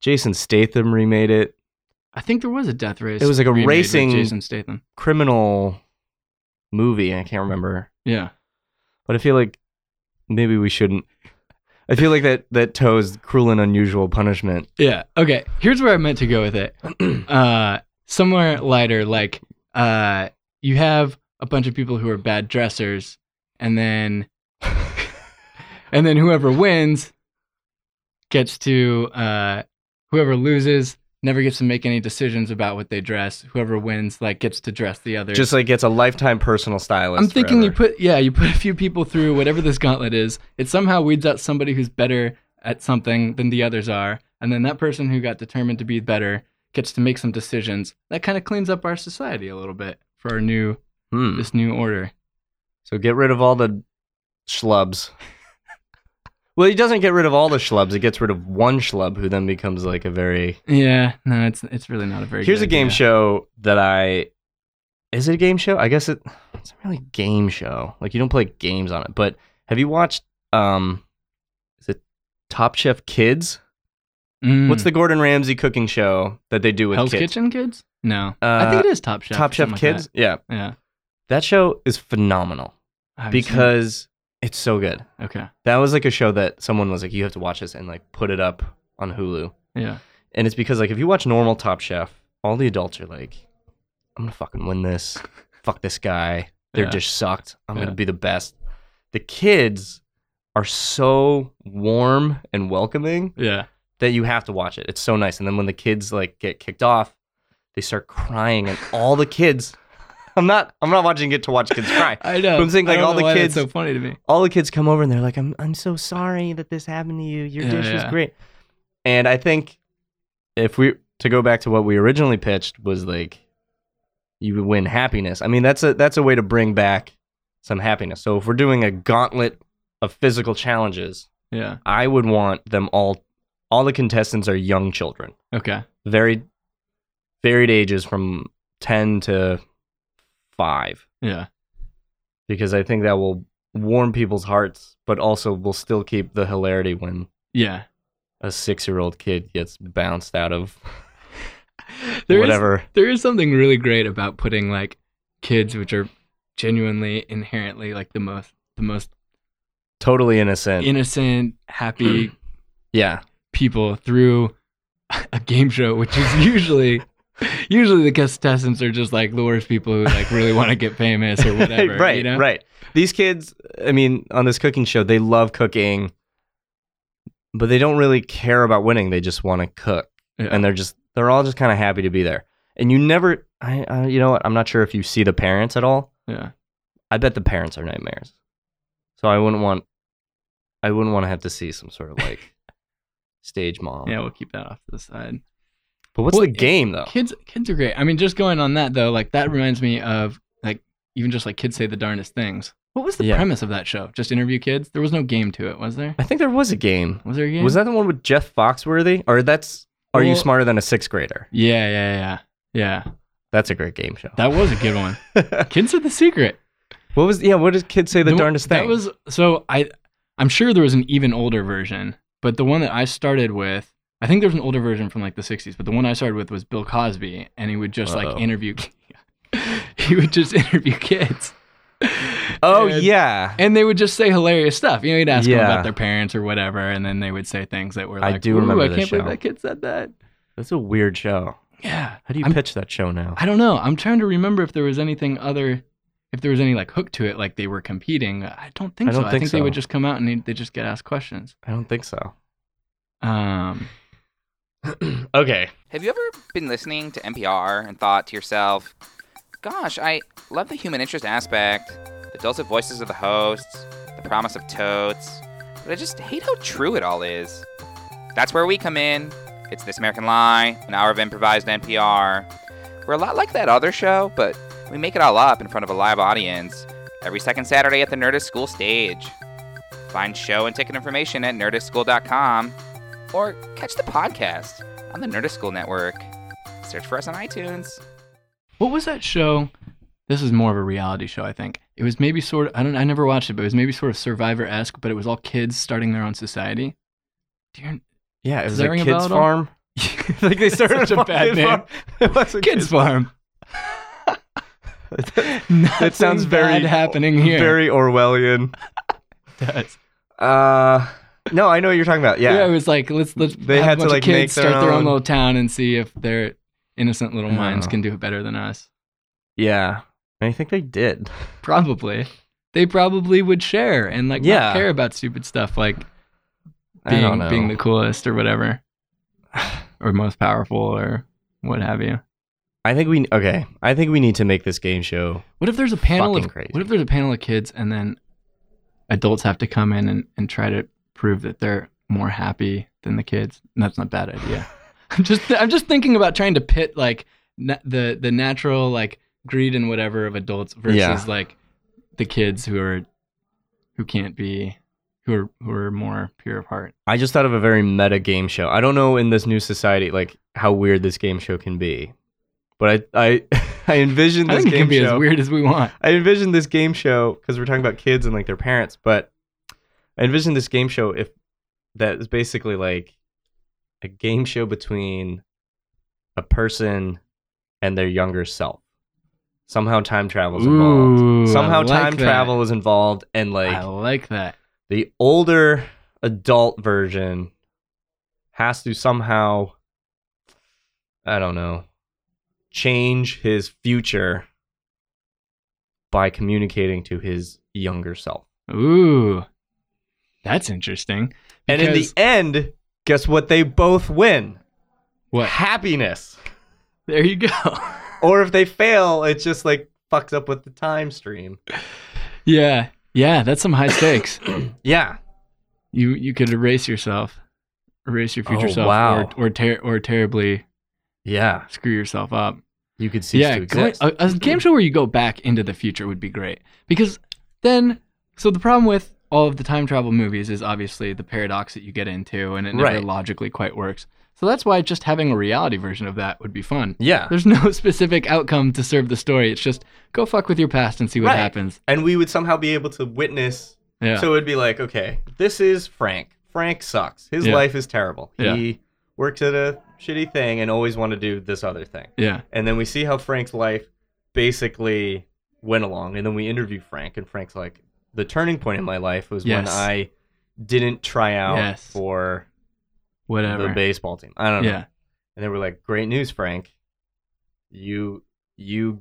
[SPEAKER 3] Jason Statham remade it.
[SPEAKER 2] I think there was a Death Race.
[SPEAKER 3] It was like a
[SPEAKER 2] remade with
[SPEAKER 3] racing-
[SPEAKER 2] Jason Statham.
[SPEAKER 3] Criminal movie. I can't remember,
[SPEAKER 2] Yeah.
[SPEAKER 3] but I feel like maybe we shouldn't. I feel like that that toes cruel and unusual punishment.
[SPEAKER 2] Yeah. Okay. Here's where I meant to go with it. Uh, somewhere lighter, like uh, you have a bunch of people who are bad dressers, and then, and then whoever wins gets to uh, whoever loses never gets to make any decisions about what they dress. Whoever wins like gets to dress the others.
[SPEAKER 3] Just like it's a lifetime personal stylist.
[SPEAKER 2] I'm thinking
[SPEAKER 3] forever.
[SPEAKER 2] you put yeah, you put a few people through whatever this gauntlet is. It somehow weeds out somebody who's better at something than the others are, and then that person who got determined to be better gets to make some decisions. That kind of cleans up our society a little bit for our new
[SPEAKER 3] Hmm.
[SPEAKER 2] this new order.
[SPEAKER 3] So get rid of all the schlubs. well, he doesn't get rid of all the schlubs. It gets rid of one schlub who then becomes like a very.
[SPEAKER 2] Yeah, no, it's it's really not a very.
[SPEAKER 3] Here's
[SPEAKER 2] good
[SPEAKER 3] a game
[SPEAKER 2] idea.
[SPEAKER 3] show that I. Is it a game show? I guess it. It's not really a game show. Like you don't play games on it. But have you watched? Um, is it Top Chef Kids?
[SPEAKER 2] Mm.
[SPEAKER 3] What's the Gordon Ramsay cooking show that they do with
[SPEAKER 2] Hell's
[SPEAKER 3] kids?
[SPEAKER 2] Kitchen kids? No, I
[SPEAKER 3] Uh,
[SPEAKER 2] think it is Top Chef.
[SPEAKER 3] Top
[SPEAKER 2] or
[SPEAKER 3] Chef
[SPEAKER 2] something like
[SPEAKER 3] Kids. yeah,
[SPEAKER 2] that. Yeah,
[SPEAKER 3] that show is phenomenal
[SPEAKER 2] I haven't seen it.
[SPEAKER 3] because it's so good.
[SPEAKER 2] okay,
[SPEAKER 3] That was like a show that someone was like, you have to watch this and like put it up on Hulu.
[SPEAKER 2] yeah,
[SPEAKER 3] And it's because like if you watch normal Top Chef, all the adults are like, I'm gonna fucking win this. Fuck this guy. Their
[SPEAKER 2] Yeah.
[SPEAKER 3] dish sucked. I'm
[SPEAKER 2] Yeah.
[SPEAKER 3] gonna be the best. The kids are so warm and welcoming
[SPEAKER 2] yeah.
[SPEAKER 3] that you have to watch it. It's so nice. And then when the kids like get kicked off, they start crying and all the kids I'm not I'm not watching it to watch kids cry.
[SPEAKER 2] I know.
[SPEAKER 3] I'm saying,
[SPEAKER 2] I
[SPEAKER 3] like,
[SPEAKER 2] don't
[SPEAKER 3] all
[SPEAKER 2] know
[SPEAKER 3] the
[SPEAKER 2] why that's
[SPEAKER 3] kids-
[SPEAKER 2] so funny to me.
[SPEAKER 3] all the kids come over and they're like, "I'm I'm so sorry that this happened to you. Your
[SPEAKER 2] Yeah,
[SPEAKER 3] dish was
[SPEAKER 2] yeah.
[SPEAKER 3] great." And I think if we to go back to what we originally pitched was like, you would win happiness. I mean, that's a that's a way to bring back some happiness. So if we're doing a gauntlet of physical challenges,
[SPEAKER 2] Yeah.
[SPEAKER 3] I would want them all. All the contestants are young children,
[SPEAKER 2] Okay.
[SPEAKER 3] very varied ages from ten to five
[SPEAKER 2] Yeah.
[SPEAKER 3] because I think that will warm people's hearts, but also will still keep the hilarity when
[SPEAKER 2] Yeah.
[SPEAKER 3] a six year old kid gets bounced out of
[SPEAKER 2] There is-
[SPEAKER 3] whatever.
[SPEAKER 2] there is something really great about putting like kids which are genuinely inherently like the most the most
[SPEAKER 3] Totally innocent.
[SPEAKER 2] innocent happy
[SPEAKER 3] yeah.
[SPEAKER 2] people through a game show which is usually usually the contestants are just like the worst people who like really want to get famous or whatever
[SPEAKER 3] right,
[SPEAKER 2] you know?
[SPEAKER 3] right. These kids, I mean, on this cooking show, they love cooking, but they don't really care about winning. They just want to cook.
[SPEAKER 2] Yeah.
[SPEAKER 3] And they're just, they're all just kind of happy to be there. And you never, I, I, you know what? I'm not sure if you see the parents at all.
[SPEAKER 2] yeah
[SPEAKER 3] I bet the parents are nightmares. So I wouldn't want I wouldn't want to have to see some sort of like stage mom.
[SPEAKER 2] yeah we'll keep that off to the side
[SPEAKER 3] But what's
[SPEAKER 2] Well,
[SPEAKER 3] the game though?
[SPEAKER 2] kids kids are great i mean just going on that though like that reminds me of like even just like kids say the darndest things what was the
[SPEAKER 3] Yeah.
[SPEAKER 2] premise of that show just interview kids there was no game to it was there
[SPEAKER 3] I think there was a game.
[SPEAKER 2] was there a game
[SPEAKER 3] Was that the one with Jeff Foxworthy? Or that's Are you
[SPEAKER 2] Well-
[SPEAKER 3] smarter than a sixth grader?
[SPEAKER 2] Yeah, yeah, yeah. Yeah.
[SPEAKER 3] That's a great game show.
[SPEAKER 2] That was a good one. Kids of the Secret.
[SPEAKER 3] what was yeah? What did kids say the,
[SPEAKER 2] one-
[SPEAKER 3] darndest thing?
[SPEAKER 2] That was so I I'm sure there was an even older version, but the one that I started with, I think there was an older version from like the 60s, but the one I started with was Bill Cosby and he would just
[SPEAKER 3] Uh-oh.
[SPEAKER 2] like interview he would just interview kids.
[SPEAKER 3] oh
[SPEAKER 2] And-
[SPEAKER 3] yeah.
[SPEAKER 2] And they would just say hilarious stuff. You know, he'd ask them
[SPEAKER 3] Yeah.
[SPEAKER 2] about their parents or whatever, and then they would say things that were
[SPEAKER 3] I
[SPEAKER 2] like,
[SPEAKER 3] do
[SPEAKER 2] "Ooh,
[SPEAKER 3] remember
[SPEAKER 2] I
[SPEAKER 3] this
[SPEAKER 2] can't believe
[SPEAKER 3] show."
[SPEAKER 2] that kid said that."
[SPEAKER 3] That's a weird show.
[SPEAKER 2] Yeah.
[SPEAKER 3] How do you
[SPEAKER 2] I'm-
[SPEAKER 3] pitch that show now?
[SPEAKER 2] I don't know. I'm trying to remember if there was anything other, if there was any like hook to it, like they were competing. I don't think
[SPEAKER 3] I don't
[SPEAKER 2] so. I
[SPEAKER 3] think
[SPEAKER 2] think they would
[SPEAKER 3] so.
[SPEAKER 2] just come out and they they just get asked questions.
[SPEAKER 3] I don't think so.
[SPEAKER 2] Um,
[SPEAKER 3] Okay.
[SPEAKER 4] Have you ever been listening to NPR and thought to yourself, gosh, I love the human interest aspect, the dulcet voices of the hosts, the promise of totes, but I just hate how true it all is. That's where we come in. It's This American Lie, an hour of improvised NPR. We're a lot like that other show, but we make it all up in front of a live audience every second Saturday at the Nerdist School stage. Find show and ticket information at nerdistschool.com or catch the podcast on the Nerdist School Network. Search for us on iTunes.
[SPEAKER 2] what was that show? This is more of a reality show, I think. It was maybe sort of I don't I never watched it, but it was maybe sort of Survivor esque, but it was all kids starting their own society. Do you-
[SPEAKER 3] Yeah, it
[SPEAKER 2] Does
[SPEAKER 3] was
[SPEAKER 2] that
[SPEAKER 3] a
[SPEAKER 2] ring a bell
[SPEAKER 3] kids
[SPEAKER 2] at all?
[SPEAKER 3] farm. like they started
[SPEAKER 2] Such a bad
[SPEAKER 3] fucking
[SPEAKER 2] name.
[SPEAKER 3] farm. It was a
[SPEAKER 2] kids farm.
[SPEAKER 3] That
[SPEAKER 2] Nothing
[SPEAKER 3] sounds very
[SPEAKER 2] bad happening here.
[SPEAKER 3] Very Orwellian.
[SPEAKER 2] Does.
[SPEAKER 3] Uh, no, I know what you're talking about.
[SPEAKER 2] Yeah.
[SPEAKER 3] Yeah,
[SPEAKER 2] it was like let's let's
[SPEAKER 3] They
[SPEAKER 2] have
[SPEAKER 3] had
[SPEAKER 2] a
[SPEAKER 3] to,
[SPEAKER 2] bunch
[SPEAKER 3] like,
[SPEAKER 2] of kids
[SPEAKER 3] make their
[SPEAKER 2] start their own
[SPEAKER 3] own-
[SPEAKER 2] little town and see if their innocent little minds
[SPEAKER 3] Oh.
[SPEAKER 2] can do it better than us.
[SPEAKER 3] yeah. I think they did.
[SPEAKER 2] Probably. They probably would share and like
[SPEAKER 3] Yeah.
[SPEAKER 2] not care about stupid stuff like
[SPEAKER 3] I don't
[SPEAKER 2] being
[SPEAKER 3] know.
[SPEAKER 2] being the coolest or whatever. or most powerful or what have you.
[SPEAKER 3] I think we okay. I think we need to make this game show.
[SPEAKER 2] What if there's a panel
[SPEAKER 3] Fucking
[SPEAKER 2] of
[SPEAKER 3] crazy.
[SPEAKER 2] what if there's a panel of kids and then adults have to come in and, and try to prove that they're more happy than the kids? And that's not a bad idea. I'm just I'm just thinking about trying to pit like na- the the natural like greed and whatever of adults versus
[SPEAKER 3] Yeah.
[SPEAKER 2] like the kids who are who can't be who are who are more pure of heart.
[SPEAKER 3] I just thought of a very meta game show. I don't know in this new society like how weird this game show can be, but I I I envisioned
[SPEAKER 2] I
[SPEAKER 3] this
[SPEAKER 2] think it
[SPEAKER 3] game
[SPEAKER 2] can be
[SPEAKER 3] show.
[SPEAKER 2] as weird as we want.
[SPEAKER 3] I envisioned this game show because we're talking about kids and like their parents, but I envisioned this game show if that is basically like a game show between a person and their younger self. Somehow time travel is
[SPEAKER 2] Ooh,
[SPEAKER 3] involved.
[SPEAKER 2] I
[SPEAKER 3] Somehow
[SPEAKER 2] like
[SPEAKER 3] time
[SPEAKER 2] that.
[SPEAKER 3] travel is involved, and like
[SPEAKER 2] I like that.
[SPEAKER 3] the older adult version has to somehow i don't know change his future by communicating to his younger self
[SPEAKER 2] Ooh. That's interesting.
[SPEAKER 3] and in the
[SPEAKER 2] Because-
[SPEAKER 3] end guess what they both win
[SPEAKER 2] What?
[SPEAKER 3] happiness
[SPEAKER 2] There you go.
[SPEAKER 3] or if they fail it's just like fucks up with the time stream
[SPEAKER 2] yeah. Yeah, that's some high stakes.
[SPEAKER 3] yeah
[SPEAKER 2] you you could erase yourself. Erase your future
[SPEAKER 3] Oh,
[SPEAKER 2] self
[SPEAKER 3] wow.
[SPEAKER 2] or or ter- or terribly
[SPEAKER 3] yeah
[SPEAKER 2] screw yourself up.
[SPEAKER 3] you could cease
[SPEAKER 2] yeah, uh,
[SPEAKER 3] to
[SPEAKER 2] going-
[SPEAKER 3] exist
[SPEAKER 2] a, a game show where you go back into the future would be great because then so the problem with all of the time travel movies is obviously the paradox that you get into and it never
[SPEAKER 3] Right.
[SPEAKER 2] logically quite works. So that's why just having a reality version of that would be fun.
[SPEAKER 3] yeah
[SPEAKER 2] There's no specific outcome to serve the story. It's just go fuck with your past and see what
[SPEAKER 3] Right.
[SPEAKER 2] happens.
[SPEAKER 3] and we would somehow be able to witness
[SPEAKER 2] Yeah.
[SPEAKER 3] So it'd be like, okay, this is Frank. Frank sucks. His
[SPEAKER 2] Yeah.
[SPEAKER 3] life is terrible. He
[SPEAKER 2] Yeah.
[SPEAKER 3] works at a shitty thing and always wanted to do this other thing.
[SPEAKER 2] yeah.
[SPEAKER 3] And then we see how Frank's life basically went along. And then we interview Frank, and Frank's like, the turning point in my life was when
[SPEAKER 2] Yes.
[SPEAKER 3] I didn't try out
[SPEAKER 2] Yes.
[SPEAKER 3] for
[SPEAKER 2] Whatever.
[SPEAKER 3] the baseball team. I don't know.
[SPEAKER 2] Yeah.
[SPEAKER 3] And then we're like, great news, Frank. You, you,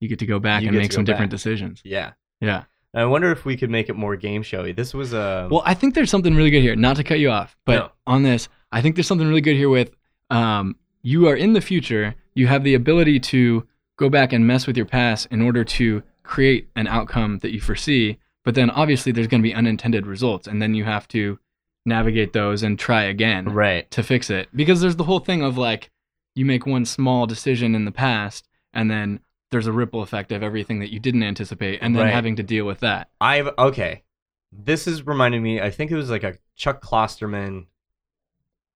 [SPEAKER 2] You get to go back
[SPEAKER 3] You
[SPEAKER 2] and
[SPEAKER 3] get
[SPEAKER 2] make
[SPEAKER 3] to
[SPEAKER 2] some
[SPEAKER 3] go
[SPEAKER 2] different
[SPEAKER 3] back.
[SPEAKER 2] decisions.
[SPEAKER 3] yeah.
[SPEAKER 2] Yeah.
[SPEAKER 3] I wonder if we could make it more game showy. This was um, a
[SPEAKER 2] Well, I think there's something really good here. Not to cut you off, but
[SPEAKER 3] Oh. No.
[SPEAKER 2] on this, I think there's something really good here with um, you are in the future. You have the ability to go back and mess with your past in order to create an outcome that you foresee. But then obviously there's going to be unintended results, and then you have to navigate those and try again.
[SPEAKER 3] right.
[SPEAKER 2] to fix it because there's the whole thing of like you make one small decision in the past and then there's a ripple effect of everything that you didn't anticipate and then
[SPEAKER 3] Right.
[SPEAKER 2] having to deal with that
[SPEAKER 3] I've okay. This is reminding me. I think it was like a Chuck Klosterman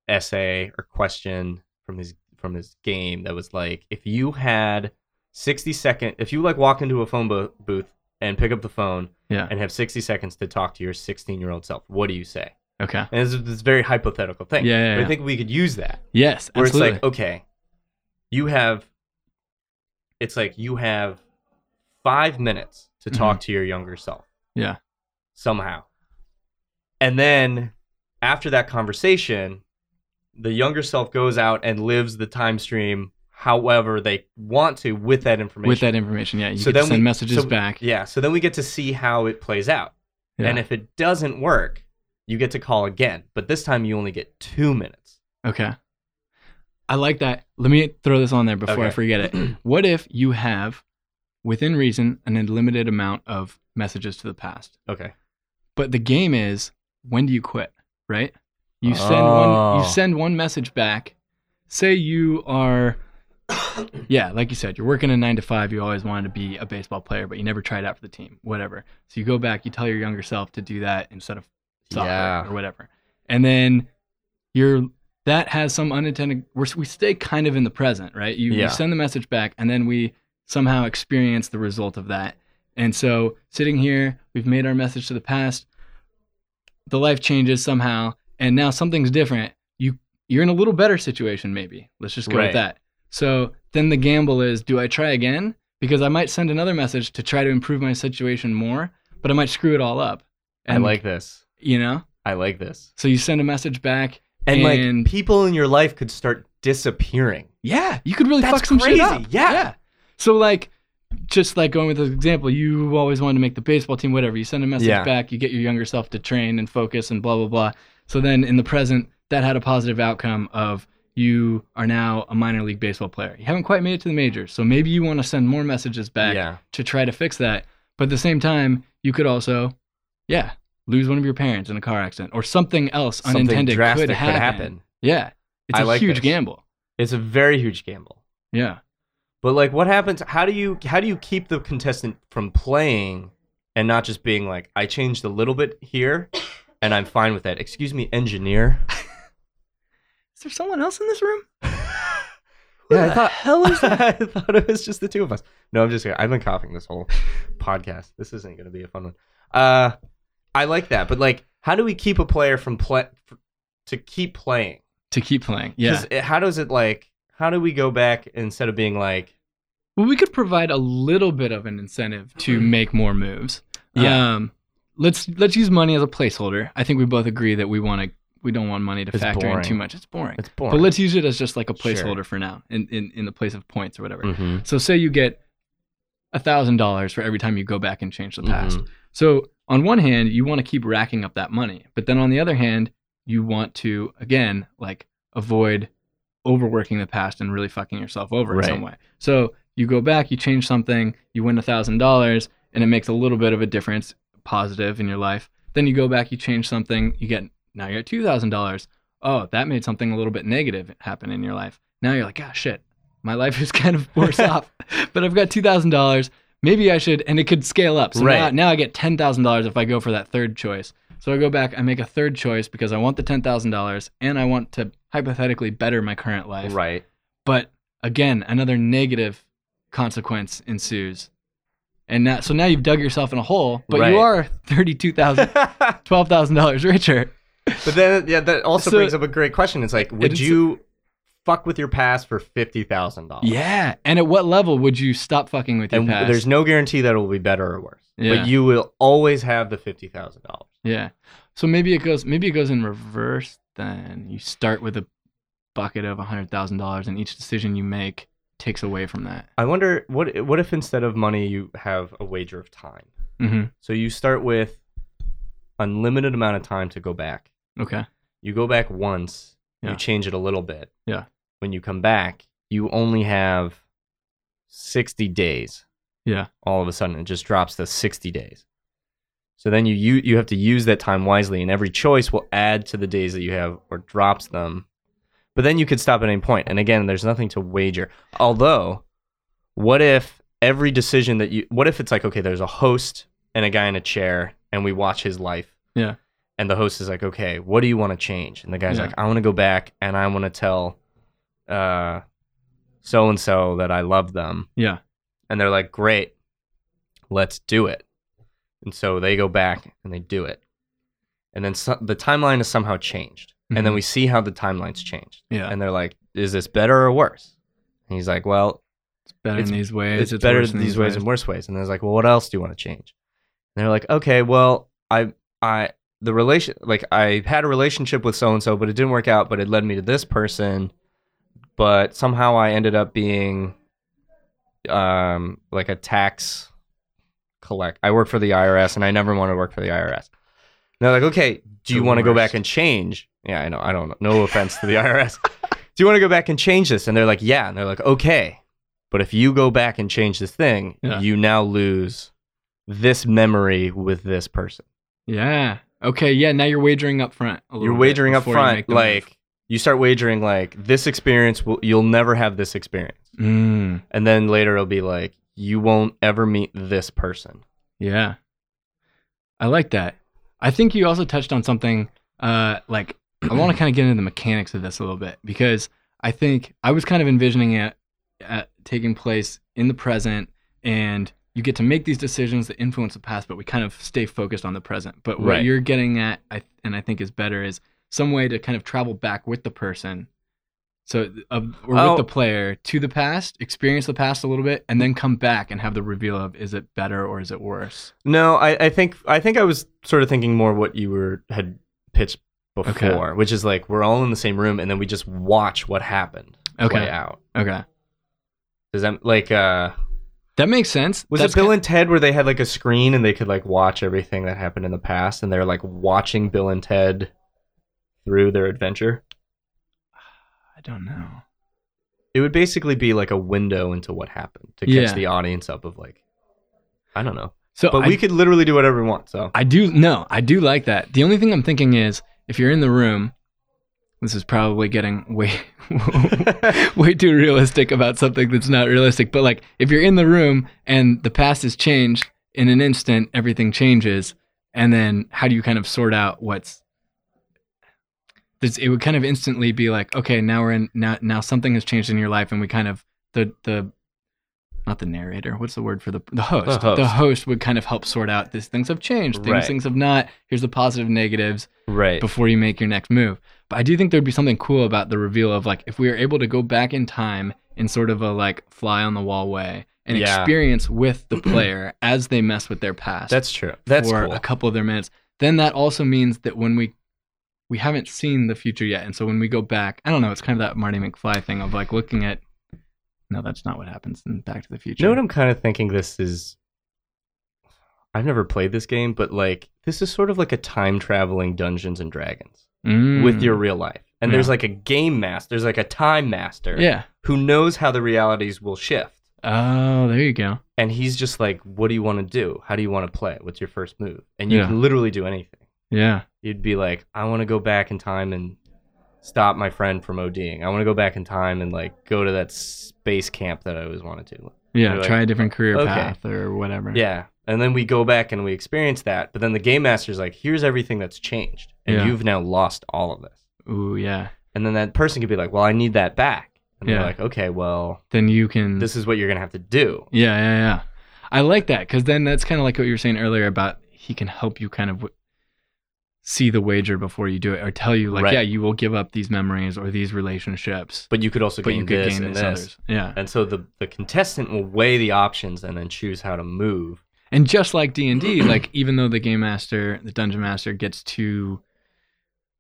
[SPEAKER 3] essay or question from his from his game that was like, if you had sixty second, if you like walk into a phone bo- booth and pick up the phone
[SPEAKER 2] Yeah.
[SPEAKER 3] and have sixty seconds to talk to your sixteen year old self, what do you say?
[SPEAKER 2] Okay.
[SPEAKER 3] And this is this very hypothetical thing.
[SPEAKER 2] Yeah, yeah,
[SPEAKER 3] But
[SPEAKER 2] yeah.
[SPEAKER 3] I think we could use that
[SPEAKER 2] Yes.
[SPEAKER 3] where
[SPEAKER 2] absolutely.
[SPEAKER 3] it's like oh, okay you have it's like you have five minutes to
[SPEAKER 2] Mm-hmm.
[SPEAKER 3] talk to your younger self
[SPEAKER 2] Yeah.
[SPEAKER 3] somehow and then after that conversation the younger self goes out and lives the time stream however they want to with that information
[SPEAKER 2] with that information, yeah, you
[SPEAKER 3] So
[SPEAKER 2] can
[SPEAKER 3] then
[SPEAKER 2] send
[SPEAKER 3] we-
[SPEAKER 2] messages
[SPEAKER 3] so-
[SPEAKER 2] back.
[SPEAKER 3] yeah so then we get to see how it plays out
[SPEAKER 2] Yeah.
[SPEAKER 3] and if it doesn't work you get to call again but this time you only get two minutes
[SPEAKER 2] Okay. I like that. Let me throw this on there before I
[SPEAKER 3] Okay.
[SPEAKER 2] forget it. What if you have, within reason, an unlimited amount of messages to the past?
[SPEAKER 3] okay
[SPEAKER 2] But the game is when do you quit, right? You send one
[SPEAKER 3] Oh.
[SPEAKER 2] you send one message back. Say you are yeah, like you said, you're working a 9 to 5, you always wanted to be a baseball player, but you never tried out for the team, whatever. So you go back, you tell your younger self to do that instead of soccer
[SPEAKER 3] Yeah.
[SPEAKER 2] or whatever. And then you're that has some unintended we're, we stay kind of in the present, right? You,
[SPEAKER 3] Yeah.
[SPEAKER 2] you send the message back and then we somehow experience the result of that. And so sitting here, we've made our message to the past. The life changes somehow, and now something's different. You you're in a little better situation, maybe. Let's just go
[SPEAKER 3] Right.
[SPEAKER 2] with that. So then the gamble is do I try again? Because I might send another message to try to improve my situation more, but I might screw it all up.
[SPEAKER 3] i like this
[SPEAKER 2] you know?
[SPEAKER 3] i like this
[SPEAKER 2] So you send a message back
[SPEAKER 3] and like
[SPEAKER 2] And-
[SPEAKER 3] people in your life could start disappearing.
[SPEAKER 2] Yeah, you could really
[SPEAKER 3] That's
[SPEAKER 2] fuck some shit
[SPEAKER 3] crazy,
[SPEAKER 2] up.
[SPEAKER 3] yeah.
[SPEAKER 2] So like, just like going with this example, you always wanted to make the baseball team, whatever. You send a message
[SPEAKER 3] Yeah.
[SPEAKER 2] back, you get your younger self to train and focus and blah blah blah. So then in the present, that had a positive outcome of you are now a minor league baseball player. You haven't quite made it to the majors, so maybe you want to send more messages back
[SPEAKER 3] Yeah.
[SPEAKER 2] to try to fix that. But at the same time, you could also, yeah, lose one of your parents in a car accident or something else unintended could happen. Yeah, it's
[SPEAKER 3] I
[SPEAKER 2] a
[SPEAKER 3] like
[SPEAKER 2] huge
[SPEAKER 3] this.
[SPEAKER 2] gamble.
[SPEAKER 3] It's a very huge gamble.
[SPEAKER 2] Yeah.
[SPEAKER 3] But like what happens how do you how do you keep the contestant from playing and not just being like I changed a little bit here and I'm fine with that. Excuse me, engineer.
[SPEAKER 2] Is there someone else in this room?
[SPEAKER 3] Yeah, I
[SPEAKER 2] the
[SPEAKER 3] thought-
[SPEAKER 2] hell is that?
[SPEAKER 3] I thought it was just the two of us. No, I'm just kidding. I've been coughing this whole podcast. This isn't going to be a fun one. Uh, I like that, but like, how do we keep a player from play to keep playing?
[SPEAKER 2] to keep playing. Yeah.
[SPEAKER 3] 'Cause it- how does it like? How do we go back instead of being like,
[SPEAKER 2] Well, we could provide a little bit of an incentive to make more moves.
[SPEAKER 3] Mm-hmm. Yeah.
[SPEAKER 2] Um, let's let's use money as a placeholder. I think we both agree that we want to we don't want money to
[SPEAKER 3] It's
[SPEAKER 2] factor in
[SPEAKER 3] boring.
[SPEAKER 2] too much. It's boring.
[SPEAKER 3] it's boring?
[SPEAKER 2] But let's use it as just like a
[SPEAKER 3] Sure.
[SPEAKER 2] placeholder for now, in, in in the place of points or whatever.
[SPEAKER 3] Mhm.
[SPEAKER 2] So say you get a thousand dollars for every time you go back and change the past. So on one hand, you want to keep racking up that money, but then on the other hand, you want to again like avoid overworking the past and really fucking yourself over
[SPEAKER 3] Right.
[SPEAKER 2] in some way. So you go back, you change something, you win a thousand dollars, and it makes a little bit of a difference, positive in your life. Then you go back, you change something, you get now you're at two thousand dollars. Oh, that made something a little bit negative happen in your life. Now you're like, ah, shit, my life is kind of worse off, but I've got two thousand dollars. Maybe I should, and it could scale up. So now,
[SPEAKER 3] Right.
[SPEAKER 2] now I get ten thousand dollars if I go for that third choice. So I go back, I make a third choice because I want the ten thousand dollars, and I want to hypothetically better my current life.
[SPEAKER 3] Right.
[SPEAKER 2] But again, another negative consequence ensues, and now so now you've dug yourself in a hole. But
[SPEAKER 3] Right.
[SPEAKER 2] you are thirty-two thousand,
[SPEAKER 3] but
[SPEAKER 2] twelve thousand dollars richer.
[SPEAKER 3] then, yeah, that also
[SPEAKER 2] So-
[SPEAKER 3] brings up a great question. It's like, would
[SPEAKER 2] It's-
[SPEAKER 3] you fuck with your past for fifty thousand dollars?
[SPEAKER 2] Yeah. And at what level would you stop fucking with your
[SPEAKER 3] and
[SPEAKER 2] past?
[SPEAKER 3] there's no guarantee that it will be better or worse.
[SPEAKER 2] Yeah.
[SPEAKER 3] But you will always have the fifty thousand dollars.
[SPEAKER 2] yeah. So maybe it goes maybe it goes in reverse then. You start with a bucket of hundred thousand dollars and each decision you make takes away from that.
[SPEAKER 3] I wonder what what if instead of money you have a wager of time.
[SPEAKER 2] Mm-hmm.
[SPEAKER 3] So you start with unlimited amount of time to go back.
[SPEAKER 2] Okay.
[SPEAKER 3] You go back once,
[SPEAKER 2] Yeah.
[SPEAKER 3] you change it a little bit.
[SPEAKER 2] Yeah.
[SPEAKER 3] When you come back, you only have sixty days.
[SPEAKER 2] Yeah.
[SPEAKER 3] All of a sudden, it just drops to sixty days. So then you, you you have to use that time wisely, and every choice will add to the days that you have or drops them. But then you could stop at any point, and again, there's nothing to wager. Although, what if every decision that you what if it's like okay, there's a host and a guy in a chair, and we watch his life.
[SPEAKER 2] Yeah.
[SPEAKER 3] And the host is like, okay, what do you want to change? And the guy's
[SPEAKER 2] Yeah.
[SPEAKER 3] like, I want to go back and I want to tell uh, so and so that I love them.
[SPEAKER 2] Yeah.
[SPEAKER 3] And they're like, great, let's do it. And so they go back and they do it. And then so- the timeline is somehow changed. And then
[SPEAKER 2] Mhm.
[SPEAKER 3] we see how the timeline's changed.
[SPEAKER 2] Yeah.
[SPEAKER 3] And they're like, is this better or worse? And he's like, well,
[SPEAKER 2] Better
[SPEAKER 3] It's-
[SPEAKER 2] in these ways.
[SPEAKER 3] it's, better
[SPEAKER 2] worse in
[SPEAKER 3] these ways, and worse ways. And I was like, well, what else do you want to change? And they're like, okay, well, I, I, the relation, like I had a relationship with so and so, but it didn't work out, but it led me to this person. But somehow I ended up being, um, like a tax collect. I work for the IRS, and I never want to work for the IRS. And they're like, okay, do you
[SPEAKER 2] The
[SPEAKER 3] want to go
[SPEAKER 2] worst.
[SPEAKER 3] back and change? Yeah, I know. I don't. know. No offense to the IRS. Do you want to go back and change this? And they're like, yeah. And they're like, okay. But if you go back and change this thing,
[SPEAKER 2] Yeah.
[SPEAKER 3] you now lose this memory with this person.
[SPEAKER 2] Yeah. Okay. Yeah. Now you're wagering up front. a little
[SPEAKER 3] You're
[SPEAKER 2] bit
[SPEAKER 3] wagering up
[SPEAKER 2] before you make
[SPEAKER 3] front,
[SPEAKER 2] the move.
[SPEAKER 3] like you start wagering like this experience will you'll never have this experience.
[SPEAKER 2] Mm,
[SPEAKER 3] And then later it'll be like, you won't ever meet this person.
[SPEAKER 2] yeah. I like that. I think you also touched on something. Uh, like I want to kind of get into the mechanics of this a little bit because I think I was kind of envisioning it uh, taking place in the present, and you get to make these decisions that influence the past, but we kind of stay focused on the present. But what
[SPEAKER 3] Right.
[SPEAKER 2] you're getting at, I, and I think is better, is some way to kind of travel back with the person. So, th- of or
[SPEAKER 3] Oh.
[SPEAKER 2] with the player to the past, experience the past a little bit, and then come back and have the reveal of is it better or is it worse?
[SPEAKER 3] No, I, I think I think I was sort of thinking more what you were had pitched before,
[SPEAKER 2] Okay.
[SPEAKER 3] which is like we're all in the same room and then we just watch what happened play
[SPEAKER 2] Okay.
[SPEAKER 3] out.
[SPEAKER 2] Okay.
[SPEAKER 3] Does that like uh
[SPEAKER 2] That makes sense.
[SPEAKER 3] Was
[SPEAKER 2] That's
[SPEAKER 3] it Bill
[SPEAKER 2] ki-
[SPEAKER 3] and Ted where they had like a screen and they could like watch everything that happened in the past and they're like watching Bill and Ted through their adventure?
[SPEAKER 2] I don't know.
[SPEAKER 3] It would basically be like a window into what happened to catch
[SPEAKER 2] Yeah.
[SPEAKER 3] the audience up of like I don't know.
[SPEAKER 2] So,
[SPEAKER 3] But
[SPEAKER 2] I,
[SPEAKER 3] we could literally do whatever we want, so
[SPEAKER 2] I do no, I do like that. The only thing I'm thinking is if you're in the room, this is probably getting way way too realistic about something that's not realistic. But like if you're in the room and the past is changed in an instant, everything changes, and then how do you kind of sort out what's this, it would kind of instantly be like, okay, now we're in now now something has changed in your life and we kind of the the not the narrator, what's the word for the the host.
[SPEAKER 3] The host.
[SPEAKER 2] would kind of help sort out these things have changed, things
[SPEAKER 3] Right.
[SPEAKER 2] things have not. Here's the positive negatives
[SPEAKER 3] Right.
[SPEAKER 2] before you make your next move. But I do think there'd be something cool about the reveal of like if we are able to go back in time in sort of a like fly on the wall way and
[SPEAKER 3] Yeah.
[SPEAKER 2] experience with the player as they mess with their past
[SPEAKER 3] That's true. That's
[SPEAKER 2] for
[SPEAKER 3] cool.
[SPEAKER 2] a couple of their minutes, then that also means that when we we haven't seen the future yet, and so when we go back, I don't know, it's kind of that Marty McFly thing of like looking at. No, that's not what happens in Back to the Future.
[SPEAKER 3] You know what I'm kind of thinking this is I've never played this game, but like this is sort of like a time traveling Dungeons and Dragons with
[SPEAKER 2] Mm.
[SPEAKER 3] your real life. And there's
[SPEAKER 2] Yeah.
[SPEAKER 3] like a game master, there's like a time master.
[SPEAKER 2] yeah.
[SPEAKER 3] who knows how the realities will shift.
[SPEAKER 2] Oh, there you go.
[SPEAKER 3] And he's just like, what do you want to do? How do you want to play? What's your first move? And you
[SPEAKER 2] Yeah.
[SPEAKER 3] can literally do anything.
[SPEAKER 2] Yeah.
[SPEAKER 3] You'd be like, I want to go back in time and stop my friend from ODing. I want to go back in time and like go to that space camp that I always wanted to.
[SPEAKER 2] Yeah.
[SPEAKER 3] You're like,
[SPEAKER 2] try a different career
[SPEAKER 3] okay.
[SPEAKER 2] path or whatever.
[SPEAKER 3] Yeah. And then we go back and we experience that. But then the game master's like, here's everything that's changed. And
[SPEAKER 2] Yeah.
[SPEAKER 3] you've now lost all of this.
[SPEAKER 2] Ooh, yeah.
[SPEAKER 3] And then that person could be like, well, I need that back. And
[SPEAKER 2] Yeah.
[SPEAKER 3] they're like, okay, well,
[SPEAKER 2] Then you can.
[SPEAKER 3] this is what you're going to have to do.
[SPEAKER 2] Yeah, yeah, yeah. I like that because then that's kind of like what you were saying earlier about he can help you kind of w- see the wager before you do it or tell you like,
[SPEAKER 3] Right.
[SPEAKER 2] yeah, you will give up these memories or these relationships,
[SPEAKER 3] But you could also
[SPEAKER 2] but
[SPEAKER 3] gain
[SPEAKER 2] you could
[SPEAKER 3] this
[SPEAKER 2] gain
[SPEAKER 3] and
[SPEAKER 2] these
[SPEAKER 3] this.
[SPEAKER 2] others. Yeah,
[SPEAKER 3] And so the, the contestant will weigh the options and then choose how to move.
[SPEAKER 2] and just like D and D, like even though the game master, the dungeon master, gets to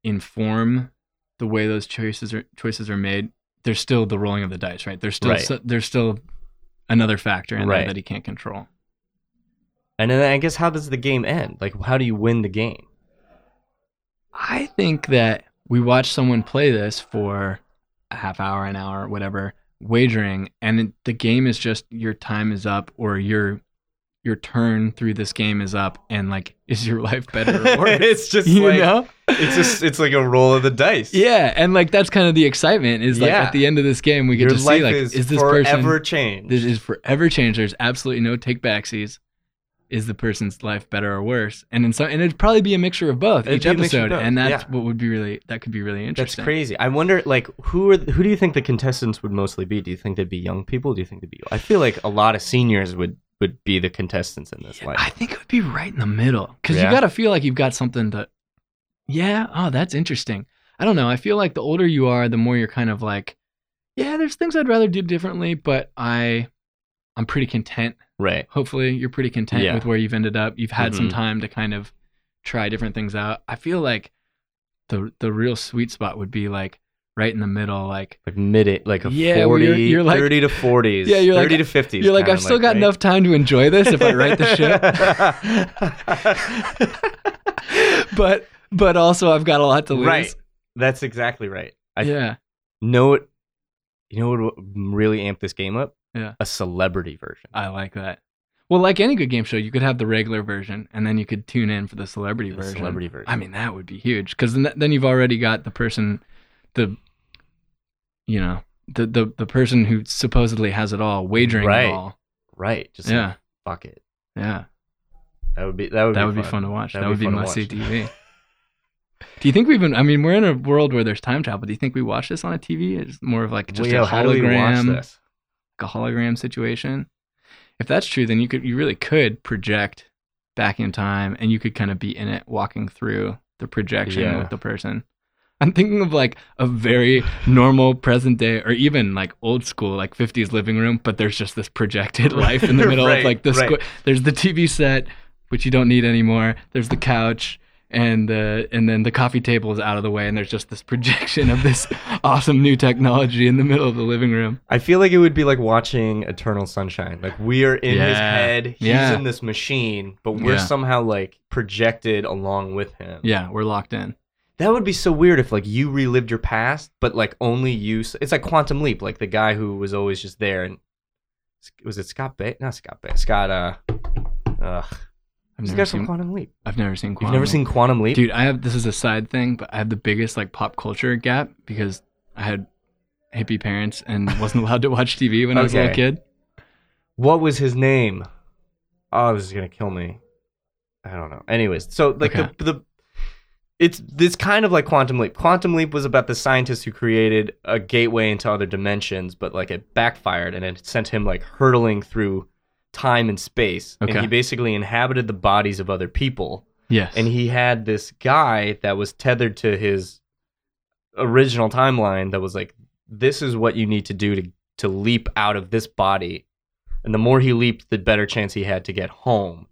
[SPEAKER 2] inform the way those choices are choices are made, there's still the rolling of the dice, right? There's still
[SPEAKER 3] Right.
[SPEAKER 2] so- there's still another factor in
[SPEAKER 3] Right.
[SPEAKER 2] there that he can't control.
[SPEAKER 3] And then I guess how does the game end? Like how do you win the game?
[SPEAKER 2] I think that we watch someone play this for a half hour, an hour, whatever, wagering, and it, the game is just your time is up or your your turn through this game is up, and like, is your life better or worse?
[SPEAKER 3] it's just
[SPEAKER 2] you know?
[SPEAKER 3] it's just it's like a roll of the dice.
[SPEAKER 2] yeah, and like that's kind of the excitement is like
[SPEAKER 3] Yeah.
[SPEAKER 2] at the end of this game we get
[SPEAKER 3] Your
[SPEAKER 2] to
[SPEAKER 3] life
[SPEAKER 2] see like
[SPEAKER 3] is,
[SPEAKER 2] is this
[SPEAKER 3] forever
[SPEAKER 2] person
[SPEAKER 3] changed.
[SPEAKER 2] this is forever changed. There's absolutely no take backsies. is the person's life better or worse? And in some, and it'd probably be a mixture of both
[SPEAKER 3] It'd
[SPEAKER 2] each
[SPEAKER 3] be a mixture of
[SPEAKER 2] episode,
[SPEAKER 3] both,
[SPEAKER 2] and that's
[SPEAKER 3] yeah.
[SPEAKER 2] what would be really that could be really
[SPEAKER 3] That's
[SPEAKER 2] interesting.
[SPEAKER 3] crazy. I wonder, like, who are who do you think the contestants would mostly be? Do you think they'd be young people? Do you think they'd be? I feel like a lot of seniors would would be the contestants in this.
[SPEAKER 2] I
[SPEAKER 3] Like,
[SPEAKER 2] think it would be right in the middle because
[SPEAKER 3] Yeah?
[SPEAKER 2] you got to feel like you've got something to. Yeah. Oh, that's interesting. I don't know. I feel like the older you are, the more you're kind of like, yeah, there's things I'd rather do differently, but I, I'm pretty content.
[SPEAKER 3] right?
[SPEAKER 2] Hopefully, you're pretty content
[SPEAKER 3] Yeah.
[SPEAKER 2] with where you've ended up. You've had some
[SPEAKER 3] Mhm.
[SPEAKER 2] time to kind of try different things out. I feel like the the real sweet spot would be like right in the middle, like
[SPEAKER 3] Like mid, it like a
[SPEAKER 2] Yeah,
[SPEAKER 3] 40,
[SPEAKER 2] well, you're- you're like-
[SPEAKER 3] 30 to 40s.
[SPEAKER 2] Yeah, you're like-
[SPEAKER 3] 30 to 50s.
[SPEAKER 2] you're like
[SPEAKER 3] kinda
[SPEAKER 2] I've still got
[SPEAKER 3] right?
[SPEAKER 2] enough time to enjoy this if I write the shit.
[SPEAKER 3] shit.
[SPEAKER 2] but but also I've got a lot to lose.
[SPEAKER 3] right. That's exactly right. I
[SPEAKER 2] yeah.
[SPEAKER 3] know it. You know what would really amp this game up?
[SPEAKER 2] Yeah.
[SPEAKER 3] A celebrity version.
[SPEAKER 2] I like that. Well, like any good game show, you could have the regular version, and then you could tune in for the celebrity
[SPEAKER 3] The
[SPEAKER 2] version.
[SPEAKER 3] celebrity version.
[SPEAKER 2] I mean, that would be huge because then, then you've already got the person, the, you know, the the, the person who supposedly has it all, wagering
[SPEAKER 3] Right.
[SPEAKER 2] it all.
[SPEAKER 3] right. Just yeah.
[SPEAKER 2] Yeah,
[SPEAKER 3] fuck it.
[SPEAKER 2] yeah,
[SPEAKER 3] That would be that would
[SPEAKER 2] that
[SPEAKER 3] be
[SPEAKER 2] would be
[SPEAKER 3] fun.
[SPEAKER 2] fun to watch.
[SPEAKER 3] That'd
[SPEAKER 2] that
[SPEAKER 3] be
[SPEAKER 2] would be,
[SPEAKER 3] fun to
[SPEAKER 2] must see
[SPEAKER 3] watch.
[SPEAKER 2] TV. do you think we've been? I mean, we're in a world where there's time travel. Do you think we watch this on a TV? It's more of like just
[SPEAKER 3] Well,
[SPEAKER 2] a hologram.
[SPEAKER 3] yeah, how do we watch this?
[SPEAKER 2] like a hologram situation. If that's true, then you could you really could project back in time and you could kind of be in it walking through the projection
[SPEAKER 3] Yeah.
[SPEAKER 2] with the person. I'm thinking of like a very normal present day or even like old school like 50s living room, but there's just this projected life in the middle
[SPEAKER 3] Right,
[SPEAKER 2] of like the
[SPEAKER 3] right.
[SPEAKER 2] squ- there's the TV set which you don't need anymore. There's the couch and the and then the coffee table is out of the way and there's just this projection of this awesome new technology in the middle of the living room.
[SPEAKER 3] I feel like it would be like watching Eternal Sunshine. Like we are in his
[SPEAKER 2] Yeah.
[SPEAKER 3] head, he's
[SPEAKER 2] Yeah.
[SPEAKER 3] in this machine, but we're
[SPEAKER 2] Yeah.
[SPEAKER 3] somehow like projected along with him.
[SPEAKER 2] Yeah, we're locked in.
[SPEAKER 3] That would be so weird if like you relived your past, but like only you. s- It's like Quantum Leap, like the guy who was always just there. And was it Scott Bay? Not Scott Bay. Scott. Uh. Ugh.
[SPEAKER 2] I've
[SPEAKER 3] This
[SPEAKER 2] never,
[SPEAKER 3] guy's from
[SPEAKER 2] seen,
[SPEAKER 3] Quantum Leap.
[SPEAKER 2] I've never seen
[SPEAKER 3] You've
[SPEAKER 2] Quantum.
[SPEAKER 3] never seen Quantum Leap,
[SPEAKER 2] Dude, I have this is a side thing, but I have the biggest like pop culture gap because I had hippie parents and wasn't allowed to watch TV when I was a little
[SPEAKER 3] Okay.
[SPEAKER 2] kid.
[SPEAKER 3] What was his name? Oh, this is gonna kill me. I don't know. Anyways, so like
[SPEAKER 2] Okay.
[SPEAKER 3] the the it's this kind of like quantum leap. Quantum leap was about the scientist who created a gateway into other dimensions, but like it backfired and it sent him like hurtling through time and space.
[SPEAKER 2] Okay.
[SPEAKER 3] And he basically inhabited the bodies of other people.
[SPEAKER 2] Yes.
[SPEAKER 3] And he had this guy that was tethered to his original timeline that was like, this is what you need to do to, to leap out of this body. And the more he leaped, the better chance he had to get home.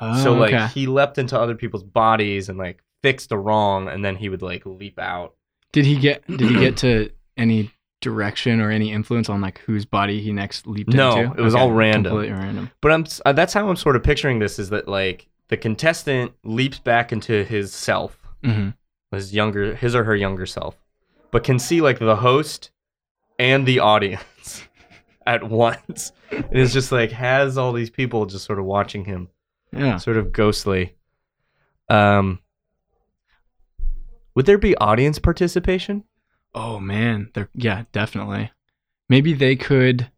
[SPEAKER 2] oh,
[SPEAKER 3] so like
[SPEAKER 2] okay.
[SPEAKER 3] he leapt into other people's bodies and like fixed a wrong and then he would like leap out.
[SPEAKER 2] did he get did he get to any direction or any influence on like whose body he next leaped
[SPEAKER 3] No,
[SPEAKER 2] into?
[SPEAKER 3] it was all random.
[SPEAKER 2] Completely random.
[SPEAKER 3] But I'm uh, that's how I'm sort of picturing this is that like the contestant leaps back into his self
[SPEAKER 2] hmm
[SPEAKER 3] his younger his or her younger self but can see like the host and the audience at once and it's just like has all these people just sort of watching him
[SPEAKER 2] Yeah.
[SPEAKER 3] sort of ghostly um would there be audience participation
[SPEAKER 2] Oh man, they're yeah, definitely. Maybe they could.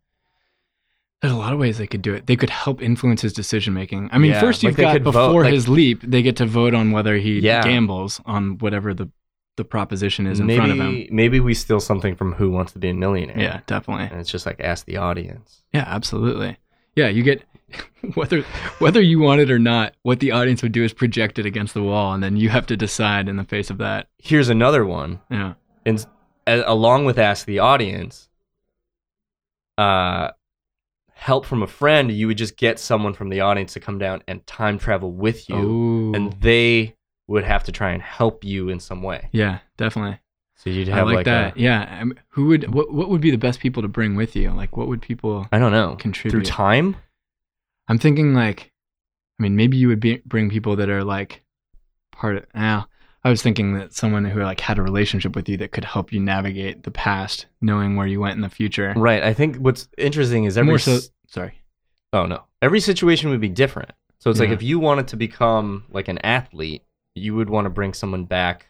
[SPEAKER 2] There's a lot of ways they could do it. They could help influence his decision making. I mean,
[SPEAKER 3] Yeah,
[SPEAKER 2] first
[SPEAKER 3] like
[SPEAKER 2] you've
[SPEAKER 3] they
[SPEAKER 2] got
[SPEAKER 3] could vote,
[SPEAKER 2] before
[SPEAKER 3] like-
[SPEAKER 2] his leap, they get to vote on whether he
[SPEAKER 3] Yeah.
[SPEAKER 2] gambles on whatever the the proposition is in
[SPEAKER 3] maybe
[SPEAKER 2] front of him.
[SPEAKER 3] maybe we steal something from who wants to be a millionaire
[SPEAKER 2] Yeah, definitely.
[SPEAKER 3] and it's just like ask the audience
[SPEAKER 2] Yeah, absolutely. Yeah, you get whether whether you want it or not. What the audience would do is project it against the wall, and then you have to decide in the face of that.
[SPEAKER 3] here's another one
[SPEAKER 2] Yeah.
[SPEAKER 3] and a- along with ask the audience uh help from a friend you would just get someone from the audience to come down and time travel with you
[SPEAKER 2] Ooh.
[SPEAKER 3] and they would have to try and help you in some way
[SPEAKER 2] yeah, definitely.
[SPEAKER 3] so you'd
[SPEAKER 2] I
[SPEAKER 3] have
[SPEAKER 2] like,
[SPEAKER 3] a-
[SPEAKER 2] that. yeah. Um, who would what what would be the best people to bring with you? Like what would people
[SPEAKER 3] i don't know through
[SPEAKER 2] contribute?
[SPEAKER 3] time
[SPEAKER 2] I'm thinking like I mean maybe you would be, bring people that are like part of now. I was thinking that someone who like had a relationship with you that could help you navigate the past, knowing where you went in the future.
[SPEAKER 3] right i think what's interesting is every
[SPEAKER 2] More so,
[SPEAKER 3] s-
[SPEAKER 2] sorry.
[SPEAKER 3] oh no every situation would be different so it's like
[SPEAKER 2] Yeah.
[SPEAKER 3] if you wanted to become like an athlete you would want to bring someone back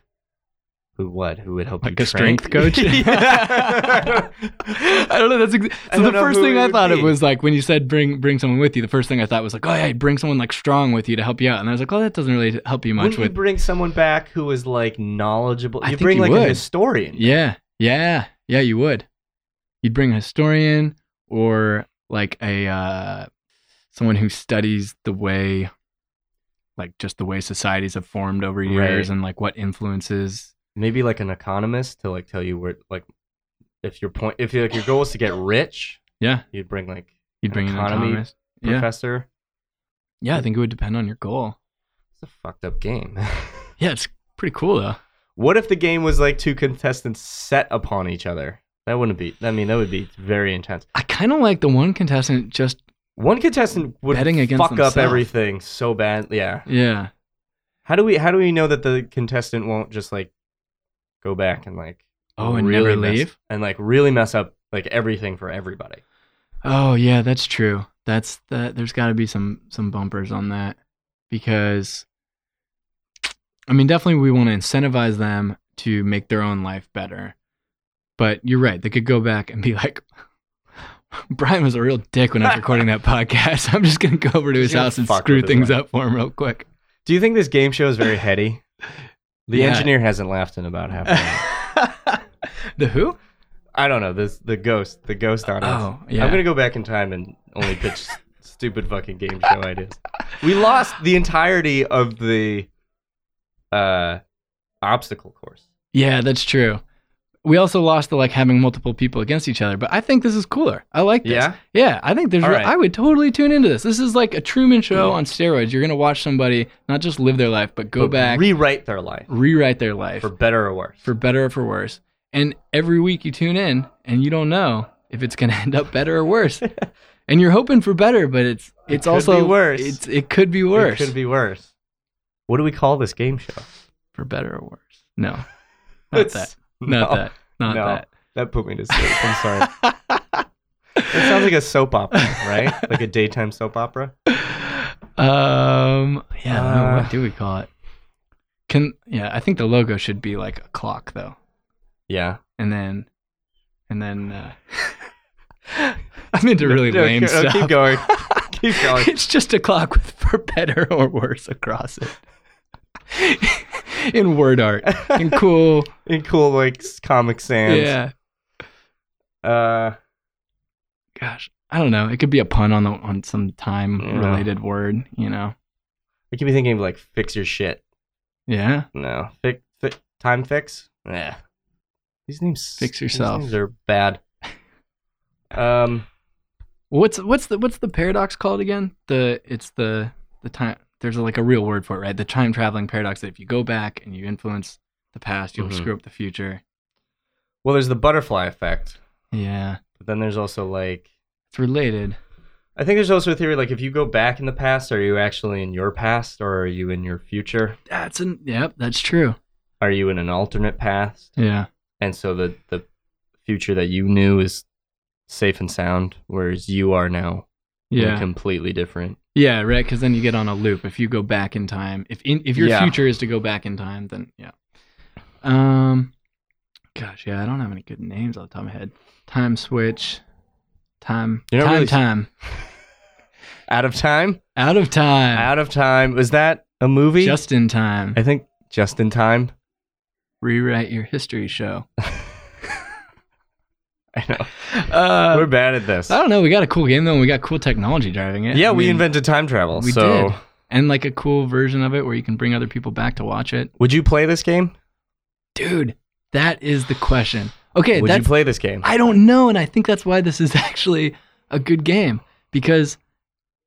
[SPEAKER 3] Who what? Who would help
[SPEAKER 2] Like
[SPEAKER 3] you
[SPEAKER 2] a
[SPEAKER 3] train?
[SPEAKER 2] strength coach?
[SPEAKER 5] Yeah.
[SPEAKER 2] I don't know. That's ex-
[SPEAKER 5] I
[SPEAKER 2] so. The
[SPEAKER 5] don't know
[SPEAKER 2] first
[SPEAKER 5] who
[SPEAKER 2] thing
[SPEAKER 5] it
[SPEAKER 2] I
[SPEAKER 5] would
[SPEAKER 2] thought of
[SPEAKER 5] be.
[SPEAKER 2] was like when you said bring bring someone with you. The first thing I thought was like, oh yeah, bring someone like strong with you to help you out. And I was like, oh, that doesn't really help you much
[SPEAKER 3] Wouldn't you
[SPEAKER 2] with.
[SPEAKER 3] bring someone back who is like knowledgeable?
[SPEAKER 2] I
[SPEAKER 3] you
[SPEAKER 2] think
[SPEAKER 3] bring
[SPEAKER 2] you
[SPEAKER 3] like
[SPEAKER 2] would.
[SPEAKER 3] a historian.
[SPEAKER 2] yeah, yeah, yeah. You would. You'd bring a historian or like a uh, someone who studies the way, like just the way societies have formed over years
[SPEAKER 3] Right.
[SPEAKER 2] and like what influences.
[SPEAKER 3] Maybe like an economist to like tell you where like if your point if like your goal is to get rich,
[SPEAKER 2] Yeah,
[SPEAKER 3] you'd bring like
[SPEAKER 2] you'd
[SPEAKER 3] An
[SPEAKER 2] bring an
[SPEAKER 3] economy
[SPEAKER 2] economist. Yeah,
[SPEAKER 3] professor.
[SPEAKER 2] yeah. I think it would depend on your goal.
[SPEAKER 3] It's a fucked up game.
[SPEAKER 2] Yeah, it's pretty cool though.
[SPEAKER 3] what if the game was like two contestants set upon each other? That wouldn't be. I mean, that would be very intense.
[SPEAKER 2] I kind of like the one contestant just
[SPEAKER 3] One contestant would
[SPEAKER 2] Betting against
[SPEAKER 3] fuck
[SPEAKER 2] themselves.
[SPEAKER 3] up everything so bad. Yeah.
[SPEAKER 2] yeah.
[SPEAKER 3] How do we how do we know that the contestant won't just like go back and like
[SPEAKER 2] Oh, and
[SPEAKER 3] really
[SPEAKER 2] never
[SPEAKER 3] mess-
[SPEAKER 2] leave.
[SPEAKER 3] and like really mess up like everything for everybody?
[SPEAKER 2] Oh yeah, that's true. That's that. There's got to be some some bumpers on that because I mean, definitely we want to incentivize them to make their own life better. But you're right. They could go back and be like, Brian was a real dick when I was recording that podcast. I'm just gonna go over to his
[SPEAKER 3] Just gonna
[SPEAKER 2] house and
[SPEAKER 3] fuck
[SPEAKER 2] screw
[SPEAKER 3] with his
[SPEAKER 2] things
[SPEAKER 3] life."
[SPEAKER 2] up for him real quick.
[SPEAKER 3] Do you think this game show is very heady? The
[SPEAKER 2] Yeah.
[SPEAKER 3] engineer hasn't laughed in about half. An hour.
[SPEAKER 2] the who?
[SPEAKER 3] I don't know. This the ghost, the ghost audience.
[SPEAKER 2] Oh yeah.
[SPEAKER 3] I'm gonna go back in time and only pitch s- stupid fucking game show ideas. We lost the entirety of the uh obstacle course.
[SPEAKER 2] Yeah, that's true. We also lost the like having multiple people against each other, but I think this is cooler. I like this.
[SPEAKER 3] Yeah.
[SPEAKER 2] Yeah, I think there's.
[SPEAKER 3] All
[SPEAKER 2] re-
[SPEAKER 3] right. Mm.
[SPEAKER 2] I would totally tune into this. This is like a Truman Show on steroids. You're gonna watch somebody not just live their life, but go
[SPEAKER 3] But
[SPEAKER 2] back,
[SPEAKER 3] rewrite their life
[SPEAKER 2] rewrite their life
[SPEAKER 3] for
[SPEAKER 2] for,
[SPEAKER 3] better or worse.
[SPEAKER 2] better or for worse. And every week you tune in, and you don't know if it's gonna end up better or worse. and you're hoping for better, but it's it's
[SPEAKER 3] could
[SPEAKER 2] also
[SPEAKER 3] be worse.
[SPEAKER 2] It's it could be
[SPEAKER 3] It
[SPEAKER 2] worse
[SPEAKER 3] could be worse. What do we call this game show?
[SPEAKER 2] for better or worse. No, not that. Not
[SPEAKER 3] no,
[SPEAKER 2] that. Not
[SPEAKER 3] no.
[SPEAKER 2] that.
[SPEAKER 3] That put me to sleep. I'm sorry. it sounds like a soap opera, right? Like a daytime soap opera.
[SPEAKER 2] Um. Yeah. I don't know,
[SPEAKER 3] Uh,
[SPEAKER 2] what do we call it? Can yeah? I think the logo should be like a clock though,
[SPEAKER 3] Yeah.
[SPEAKER 2] and then, and then. Uh, I'm into really
[SPEAKER 3] No,
[SPEAKER 2] lame
[SPEAKER 3] no,
[SPEAKER 2] stuff.
[SPEAKER 3] Keep going. keep going.
[SPEAKER 2] It's just a clock with for better or worse across it. in word art, in cool.
[SPEAKER 3] In cool like s- comic sans.
[SPEAKER 2] yeah.
[SPEAKER 3] Uh
[SPEAKER 2] Gosh, I don't know. It could be a pun on the on some time related word. You know.
[SPEAKER 3] I keep thinking of like fix your shit.
[SPEAKER 2] Yeah.
[SPEAKER 3] No. Fix fi- time fix? Yeah. These names
[SPEAKER 2] Fix
[SPEAKER 3] these
[SPEAKER 2] yourself.
[SPEAKER 3] names are bad. Um
[SPEAKER 2] What's what's the what's the paradox called again? The it's the the time. There's like a real word for it, right? The time traveling paradox. That if you go back and you influence the past, you'll
[SPEAKER 3] Mhm.
[SPEAKER 2] screw up the future.
[SPEAKER 3] well there's the butterfly effect.
[SPEAKER 2] Yeah,
[SPEAKER 3] But then there's also like
[SPEAKER 2] it's related.
[SPEAKER 3] I think there's also a theory like if you go back in the past, are you actually in your past or are you in your future?
[SPEAKER 2] That's an yep. That's true.
[SPEAKER 3] Are you in an alternate past?
[SPEAKER 2] Yeah.
[SPEAKER 3] And so the the future that you knew is safe and sound, whereas you are now in
[SPEAKER 2] Yeah.
[SPEAKER 3] completely different.
[SPEAKER 2] Yeah. Right. Because then you get on a loop. If you go back in time, if in, if your
[SPEAKER 3] Yeah.
[SPEAKER 2] future is to go back in time, then yeah. Um, gosh, yeah. I don't have any good names off the top of my head. Time switch. Time.
[SPEAKER 3] You're not
[SPEAKER 2] time.
[SPEAKER 3] really-
[SPEAKER 2] time.
[SPEAKER 3] Out of time?
[SPEAKER 2] Out of time.
[SPEAKER 3] Out of time. Was that a movie?
[SPEAKER 2] Just in time.
[SPEAKER 3] I think just in time.
[SPEAKER 2] Rewrite your history show.
[SPEAKER 3] I know.
[SPEAKER 2] Uh,
[SPEAKER 3] We're bad at this.
[SPEAKER 2] I don't know. We got a cool game though. and We got cool technology driving it.
[SPEAKER 3] yeah,
[SPEAKER 2] I
[SPEAKER 3] we
[SPEAKER 2] mean,
[SPEAKER 3] invented time travel.
[SPEAKER 2] we
[SPEAKER 3] so
[SPEAKER 2] did. and like a cool version of it where you can bring other people back to watch it.
[SPEAKER 3] would you play this game?
[SPEAKER 2] Dude, that is the question. Okay,
[SPEAKER 3] would you
[SPEAKER 2] that's
[SPEAKER 3] play this game?
[SPEAKER 2] I don't know, and I think that's why this is actually a good game because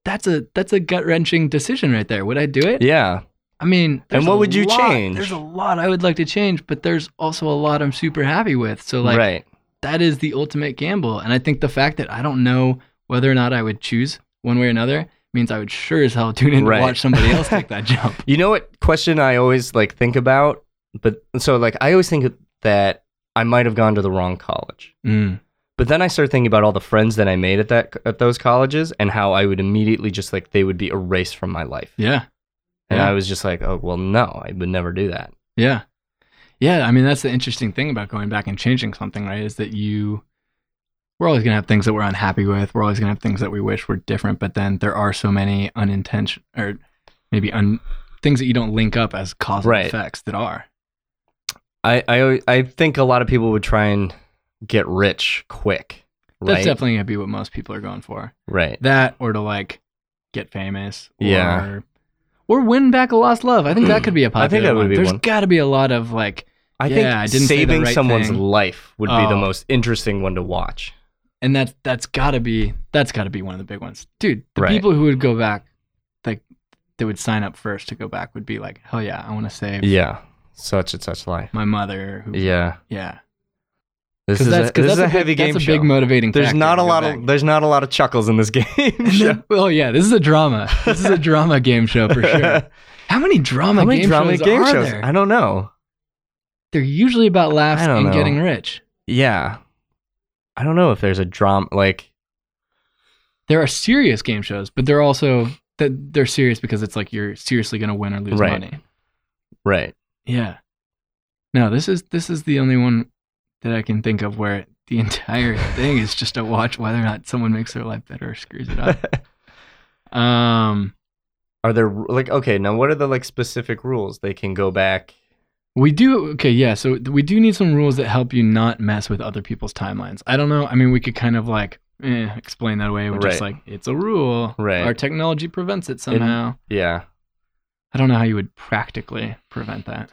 [SPEAKER 2] that's a that's a gut wrenching decision right there. Would I do it?
[SPEAKER 3] yeah.
[SPEAKER 2] I mean, there's
[SPEAKER 3] what
[SPEAKER 2] a
[SPEAKER 3] would you
[SPEAKER 2] lot-
[SPEAKER 3] change?
[SPEAKER 2] There's a lot I would like to change, but there's also a lot I'm super happy with. So like,
[SPEAKER 3] right.
[SPEAKER 2] that is the ultimate gamble. And I think the fact that I don't know whether or not I would choose one way or another means I would sure as hell tune in
[SPEAKER 3] Right.
[SPEAKER 2] to watch somebody else take that jump.
[SPEAKER 3] You know what question I always like think about? But so like I always think that I might have gone to the wrong college.
[SPEAKER 2] Mm.
[SPEAKER 3] But then I start thinking about all the friends that I made at that at those colleges and how I would immediately just like they would be erased from my life.
[SPEAKER 2] Yeah.
[SPEAKER 3] And
[SPEAKER 2] Yeah.
[SPEAKER 3] I was just like, oh well, no, I would never do that.
[SPEAKER 2] Yeah. Yeah, I mean that's the interesting thing about going back and changing something, right? Is that you we're always gonna have things that we're unhappy with. We're always gonna have things that we wish were different, but then there are so many unintentional or maybe un things that you don't link up as causal
[SPEAKER 3] Right.
[SPEAKER 2] effects that are.
[SPEAKER 3] I, I always- I think a lot of people would try and get rich quick. Right.
[SPEAKER 2] That's definitely gonna be what most people are going for.
[SPEAKER 3] right.
[SPEAKER 2] That or to like get famous. Or,
[SPEAKER 3] Yeah.
[SPEAKER 2] Or win back a lost love. I think that could be a popular.
[SPEAKER 3] I think that would
[SPEAKER 2] one.
[SPEAKER 3] be
[SPEAKER 2] There's
[SPEAKER 3] one.
[SPEAKER 2] got to be a lot of like,
[SPEAKER 3] I
[SPEAKER 2] Yeah,
[SPEAKER 3] think
[SPEAKER 2] I didn't say the
[SPEAKER 3] saving
[SPEAKER 2] right
[SPEAKER 3] someone's
[SPEAKER 2] thing.
[SPEAKER 3] life would be the
[SPEAKER 2] Oh.
[SPEAKER 3] most interesting one to watch.
[SPEAKER 2] and that's that's got to be that's got to be one of the big ones, dude. The
[SPEAKER 3] Right.
[SPEAKER 2] people who would go back, like, that would sign up first to go back would be like, hell yeah, I want to save
[SPEAKER 3] Yeah. Such and such life.
[SPEAKER 2] my mother. Who,
[SPEAKER 3] Yeah.
[SPEAKER 2] yeah,
[SPEAKER 3] This
[SPEAKER 2] because
[SPEAKER 3] is
[SPEAKER 2] that's
[SPEAKER 3] a, this
[SPEAKER 2] because
[SPEAKER 3] is a heavy game
[SPEAKER 2] That's a
[SPEAKER 3] show.
[SPEAKER 2] big motivating.
[SPEAKER 3] there's
[SPEAKER 2] factor
[SPEAKER 3] not
[SPEAKER 2] to
[SPEAKER 3] a
[SPEAKER 2] go
[SPEAKER 3] lot
[SPEAKER 2] back.
[SPEAKER 3] of there's not a lot of chuckles in this game
[SPEAKER 2] And
[SPEAKER 3] show.
[SPEAKER 2] then- oh yeah, this is a drama. This is a drama game show for sure. How many drama
[SPEAKER 3] How many
[SPEAKER 2] game
[SPEAKER 3] drama
[SPEAKER 2] shows
[SPEAKER 3] game
[SPEAKER 2] are
[SPEAKER 3] shows?
[SPEAKER 2] there?
[SPEAKER 3] I don't know.
[SPEAKER 2] They're usually about laughs
[SPEAKER 3] I don't
[SPEAKER 2] and
[SPEAKER 3] know.
[SPEAKER 2] getting rich.
[SPEAKER 3] Yeah. I don't know if there's a drama like
[SPEAKER 2] there are serious game shows, but they're also that they're serious because it's like you're seriously going to win or lose
[SPEAKER 3] Right.
[SPEAKER 2] money.
[SPEAKER 3] right.
[SPEAKER 2] Yeah. No, this is this is the only one that I can think of where the entire thing is just to watch whether or not someone makes their life better or screws it up. um,
[SPEAKER 3] Are there like okay, now what are the like specific rules they can go back?
[SPEAKER 2] we do okay, yeah. So we do need some rules that help you not mess with other people's timelines. I don't know. I mean, we could kind of like eh, explain that away. We're just
[SPEAKER 3] Right.
[SPEAKER 2] like it's a rule.
[SPEAKER 3] Right.
[SPEAKER 2] Our technology prevents it somehow.
[SPEAKER 3] Yeah.
[SPEAKER 2] I don't know how you would practically prevent that.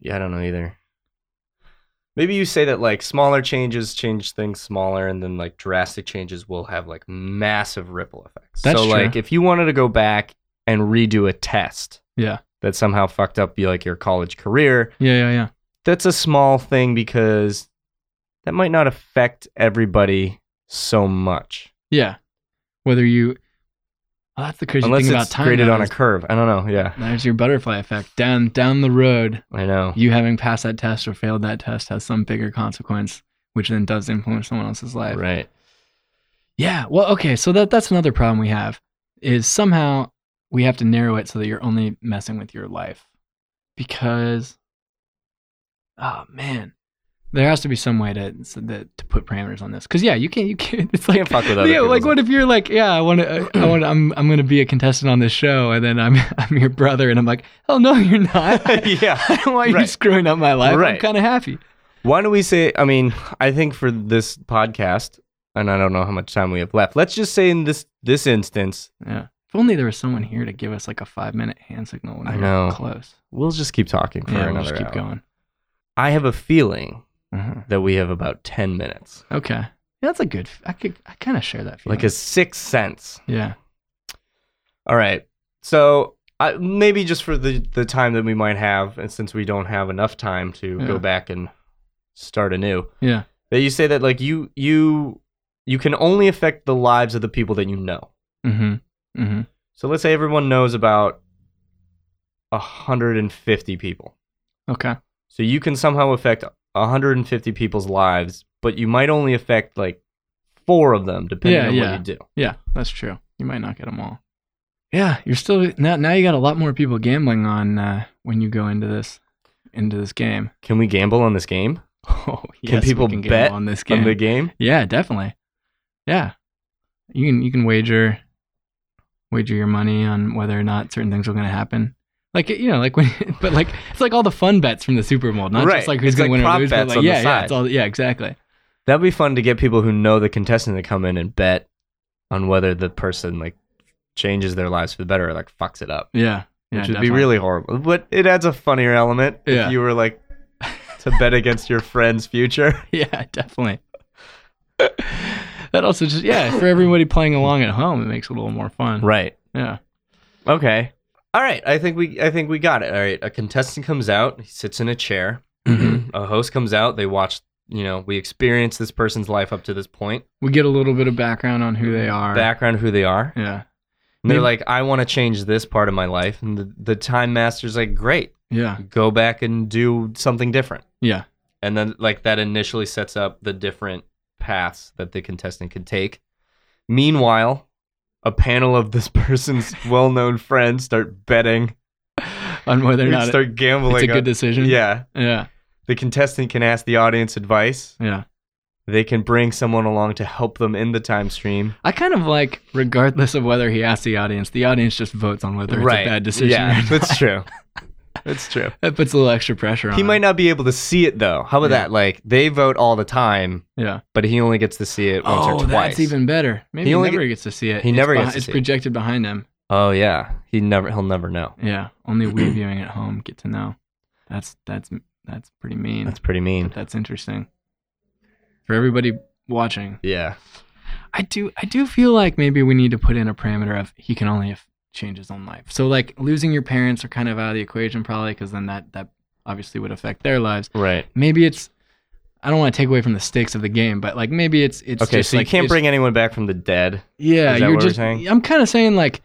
[SPEAKER 3] Yeah, I don't know either. Maybe you say that like smaller changes change things smaller, and then like drastic changes will have like massive ripple effects.
[SPEAKER 2] That's
[SPEAKER 3] so
[SPEAKER 2] true.
[SPEAKER 3] like if you wanted to go back and redo a test
[SPEAKER 2] Yeah.
[SPEAKER 3] that somehow fucked up you like your college career,
[SPEAKER 2] Yeah, yeah, yeah.
[SPEAKER 3] that's a small thing because that might not affect everybody so much
[SPEAKER 2] Yeah. Whether you, well, that's the crazy
[SPEAKER 3] unless
[SPEAKER 2] thing about
[SPEAKER 3] it's
[SPEAKER 2] time.
[SPEAKER 3] graded
[SPEAKER 2] though,
[SPEAKER 3] on a
[SPEAKER 2] is
[SPEAKER 3] curve. I don't know. Yeah,
[SPEAKER 2] there's your butterfly effect. Down, down the road,
[SPEAKER 3] I know.
[SPEAKER 2] you having passed that test or failed that test has some bigger consequence, which then does influence someone else's life.
[SPEAKER 3] Right.
[SPEAKER 2] Yeah. Well, okay. So that that's another problem we have is somehow we have to narrow it so that you're only messing with your life, because, oh man, there has to be some way to so that, to put parameters on this. Because yeah, you can't you can't. It's like
[SPEAKER 3] Can't fuck with other
[SPEAKER 2] yeah, like
[SPEAKER 3] people's-
[SPEAKER 2] what if you're like, yeah, I want to, I want, I'm, I'm gonna be a contestant on this show, and then I'm, I'm your brother, and I'm like, hell no, you're not.
[SPEAKER 3] Yeah.
[SPEAKER 2] I don't want you
[SPEAKER 3] Right.
[SPEAKER 2] screwing up my life. I'm
[SPEAKER 3] Right.
[SPEAKER 2] kind of happy.
[SPEAKER 3] Why don't we say? I mean, I think for this podcast, and I don't know how much time we have left. Let's just say in this this instance,
[SPEAKER 2] Yeah. If only there was someone here to give us like a five minute hand signal when
[SPEAKER 3] I
[SPEAKER 2] we
[SPEAKER 3] know.
[SPEAKER 2] were close.
[SPEAKER 3] we'll just keep talking for
[SPEAKER 2] yeah,
[SPEAKER 3] another
[SPEAKER 2] we'll just keep
[SPEAKER 3] hour.
[SPEAKER 2] going.
[SPEAKER 3] I have a feeling
[SPEAKER 2] Mhm.
[SPEAKER 3] that we have about ten minutes,
[SPEAKER 2] Okay. Yeah, that's a good. I could, I kind of share that feeling.
[SPEAKER 3] like a sixth sense.
[SPEAKER 2] yeah,
[SPEAKER 3] All right. So I, maybe just for the the time that we might have, and since we don't have enough time to
[SPEAKER 2] Yeah.
[SPEAKER 3] go back and start anew,
[SPEAKER 2] yeah,
[SPEAKER 3] that you say that like you you you can only affect the lives of the people that you know.
[SPEAKER 2] mm-hmm, mm-hmm.
[SPEAKER 3] So let's say everyone knows about 150 people.
[SPEAKER 2] Okay.
[SPEAKER 3] So you can somehow affect 150 people's lives, but you might only affect like four of them, depending
[SPEAKER 2] Yeah,
[SPEAKER 3] on
[SPEAKER 2] yeah.
[SPEAKER 3] what you do.
[SPEAKER 2] Yeah, that's true. You might not get them all. Yeah, you're still now. Now you got a lot more people gambling on uh, when you go into this into this game.
[SPEAKER 3] Can we gamble on this game?
[SPEAKER 2] Oh,
[SPEAKER 3] Can people
[SPEAKER 2] gamble
[SPEAKER 3] bet
[SPEAKER 2] on this
[SPEAKER 3] On
[SPEAKER 2] game?
[SPEAKER 3] the game?
[SPEAKER 2] yeah, definitely. Yeah, you can you can wager wager your money on whether or not certain things are going to happen. Like you know, like when, but like it's like all the fun bets from the Super Bowl, not
[SPEAKER 3] Right.
[SPEAKER 2] just like who's
[SPEAKER 3] It's
[SPEAKER 2] going
[SPEAKER 3] like
[SPEAKER 2] to win or
[SPEAKER 3] prop
[SPEAKER 2] lose. But
[SPEAKER 3] bets
[SPEAKER 2] like,
[SPEAKER 3] on the
[SPEAKER 2] yeah, yeah,
[SPEAKER 3] side.
[SPEAKER 2] it's all yeah, exactly.
[SPEAKER 3] That'd be fun to get people who know the contestant to come in and bet on whether the person like changes their lives for the better or like fucks it up.
[SPEAKER 2] Yeah, yeah,
[SPEAKER 3] which would
[SPEAKER 2] definitely.
[SPEAKER 3] be really horrible. But it adds a funnier element
[SPEAKER 2] Yeah.
[SPEAKER 3] if you were like to bet against your friend's future.
[SPEAKER 2] yeah, definitely. that also just yeah, for everybody playing along at home, it makes it a little more fun.
[SPEAKER 3] Right.
[SPEAKER 2] Yeah.
[SPEAKER 3] Okay. All right. I think we I think we got it. All right. A contestant comes out, he sits in a chair. a host comes out, they watch, you know, we experience this person's life up to this point.
[SPEAKER 2] We get a little bit of background on who they are.
[SPEAKER 3] Background who they are.
[SPEAKER 2] Yeah.
[SPEAKER 3] And they're
[SPEAKER 2] Maybe-
[SPEAKER 3] like, I want to change this part of my life. And the, the time master's like, Great,
[SPEAKER 2] Yeah.
[SPEAKER 3] go back and do something different.
[SPEAKER 2] Yeah.
[SPEAKER 3] And then like that initially sets up the different paths that the contestant could take. Meanwhile, a panel of this person's well known friends start betting
[SPEAKER 2] on whether or
[SPEAKER 3] We
[SPEAKER 2] not it-
[SPEAKER 3] start gambling.
[SPEAKER 2] it's a
[SPEAKER 3] on-
[SPEAKER 2] good decision.
[SPEAKER 3] Yeah.
[SPEAKER 2] Yeah.
[SPEAKER 3] The contestant can ask the audience advice.
[SPEAKER 2] Yeah.
[SPEAKER 3] They can bring someone along to help them in the time stream.
[SPEAKER 2] I kind of like, regardless of whether he asks the audience, the audience just votes on whether it's
[SPEAKER 6] Right.
[SPEAKER 2] a bad decision. or
[SPEAKER 3] Yeah,
[SPEAKER 2] not.
[SPEAKER 3] that's true. That's true.
[SPEAKER 2] That puts a little extra pressure on
[SPEAKER 3] He
[SPEAKER 2] him.
[SPEAKER 3] might not be able to see it though. How about
[SPEAKER 2] Yeah.
[SPEAKER 3] that? Like they vote all the time,
[SPEAKER 2] Yeah.
[SPEAKER 3] but he only gets to see it once
[SPEAKER 2] Oh,
[SPEAKER 3] or twice.
[SPEAKER 2] that's even better. Maybe
[SPEAKER 3] He
[SPEAKER 2] he,
[SPEAKER 3] only
[SPEAKER 2] never gets to see it.
[SPEAKER 3] he
[SPEAKER 2] It's
[SPEAKER 3] never
[SPEAKER 2] behi-
[SPEAKER 3] gets to
[SPEAKER 2] It's
[SPEAKER 3] see it.
[SPEAKER 2] projected behind him.
[SPEAKER 3] Oh yeah, he never. He'll never know.
[SPEAKER 2] Yeah. Only we viewing at home get to know. That's that's that's pretty mean.
[SPEAKER 3] That's pretty
[SPEAKER 2] but
[SPEAKER 3] mean.
[SPEAKER 2] that's interesting. For everybody watching,
[SPEAKER 3] Yeah.
[SPEAKER 2] I do I do feel like maybe we need to put in a parameter of he can only have change his own life. So like losing your parents are kind of out of the equation probably because then that that obviously would affect their lives.
[SPEAKER 3] Right.
[SPEAKER 2] Maybe it's I don't want to take away from the stakes of the game, but like maybe it's it's
[SPEAKER 3] Okay,
[SPEAKER 2] just
[SPEAKER 3] so
[SPEAKER 2] like,
[SPEAKER 3] you can't
[SPEAKER 2] it's-
[SPEAKER 3] bring anyone back from the dead.
[SPEAKER 2] yeah
[SPEAKER 3] is that
[SPEAKER 2] you're
[SPEAKER 3] what we're
[SPEAKER 2] just
[SPEAKER 3] saying?
[SPEAKER 2] I'm kind of saying like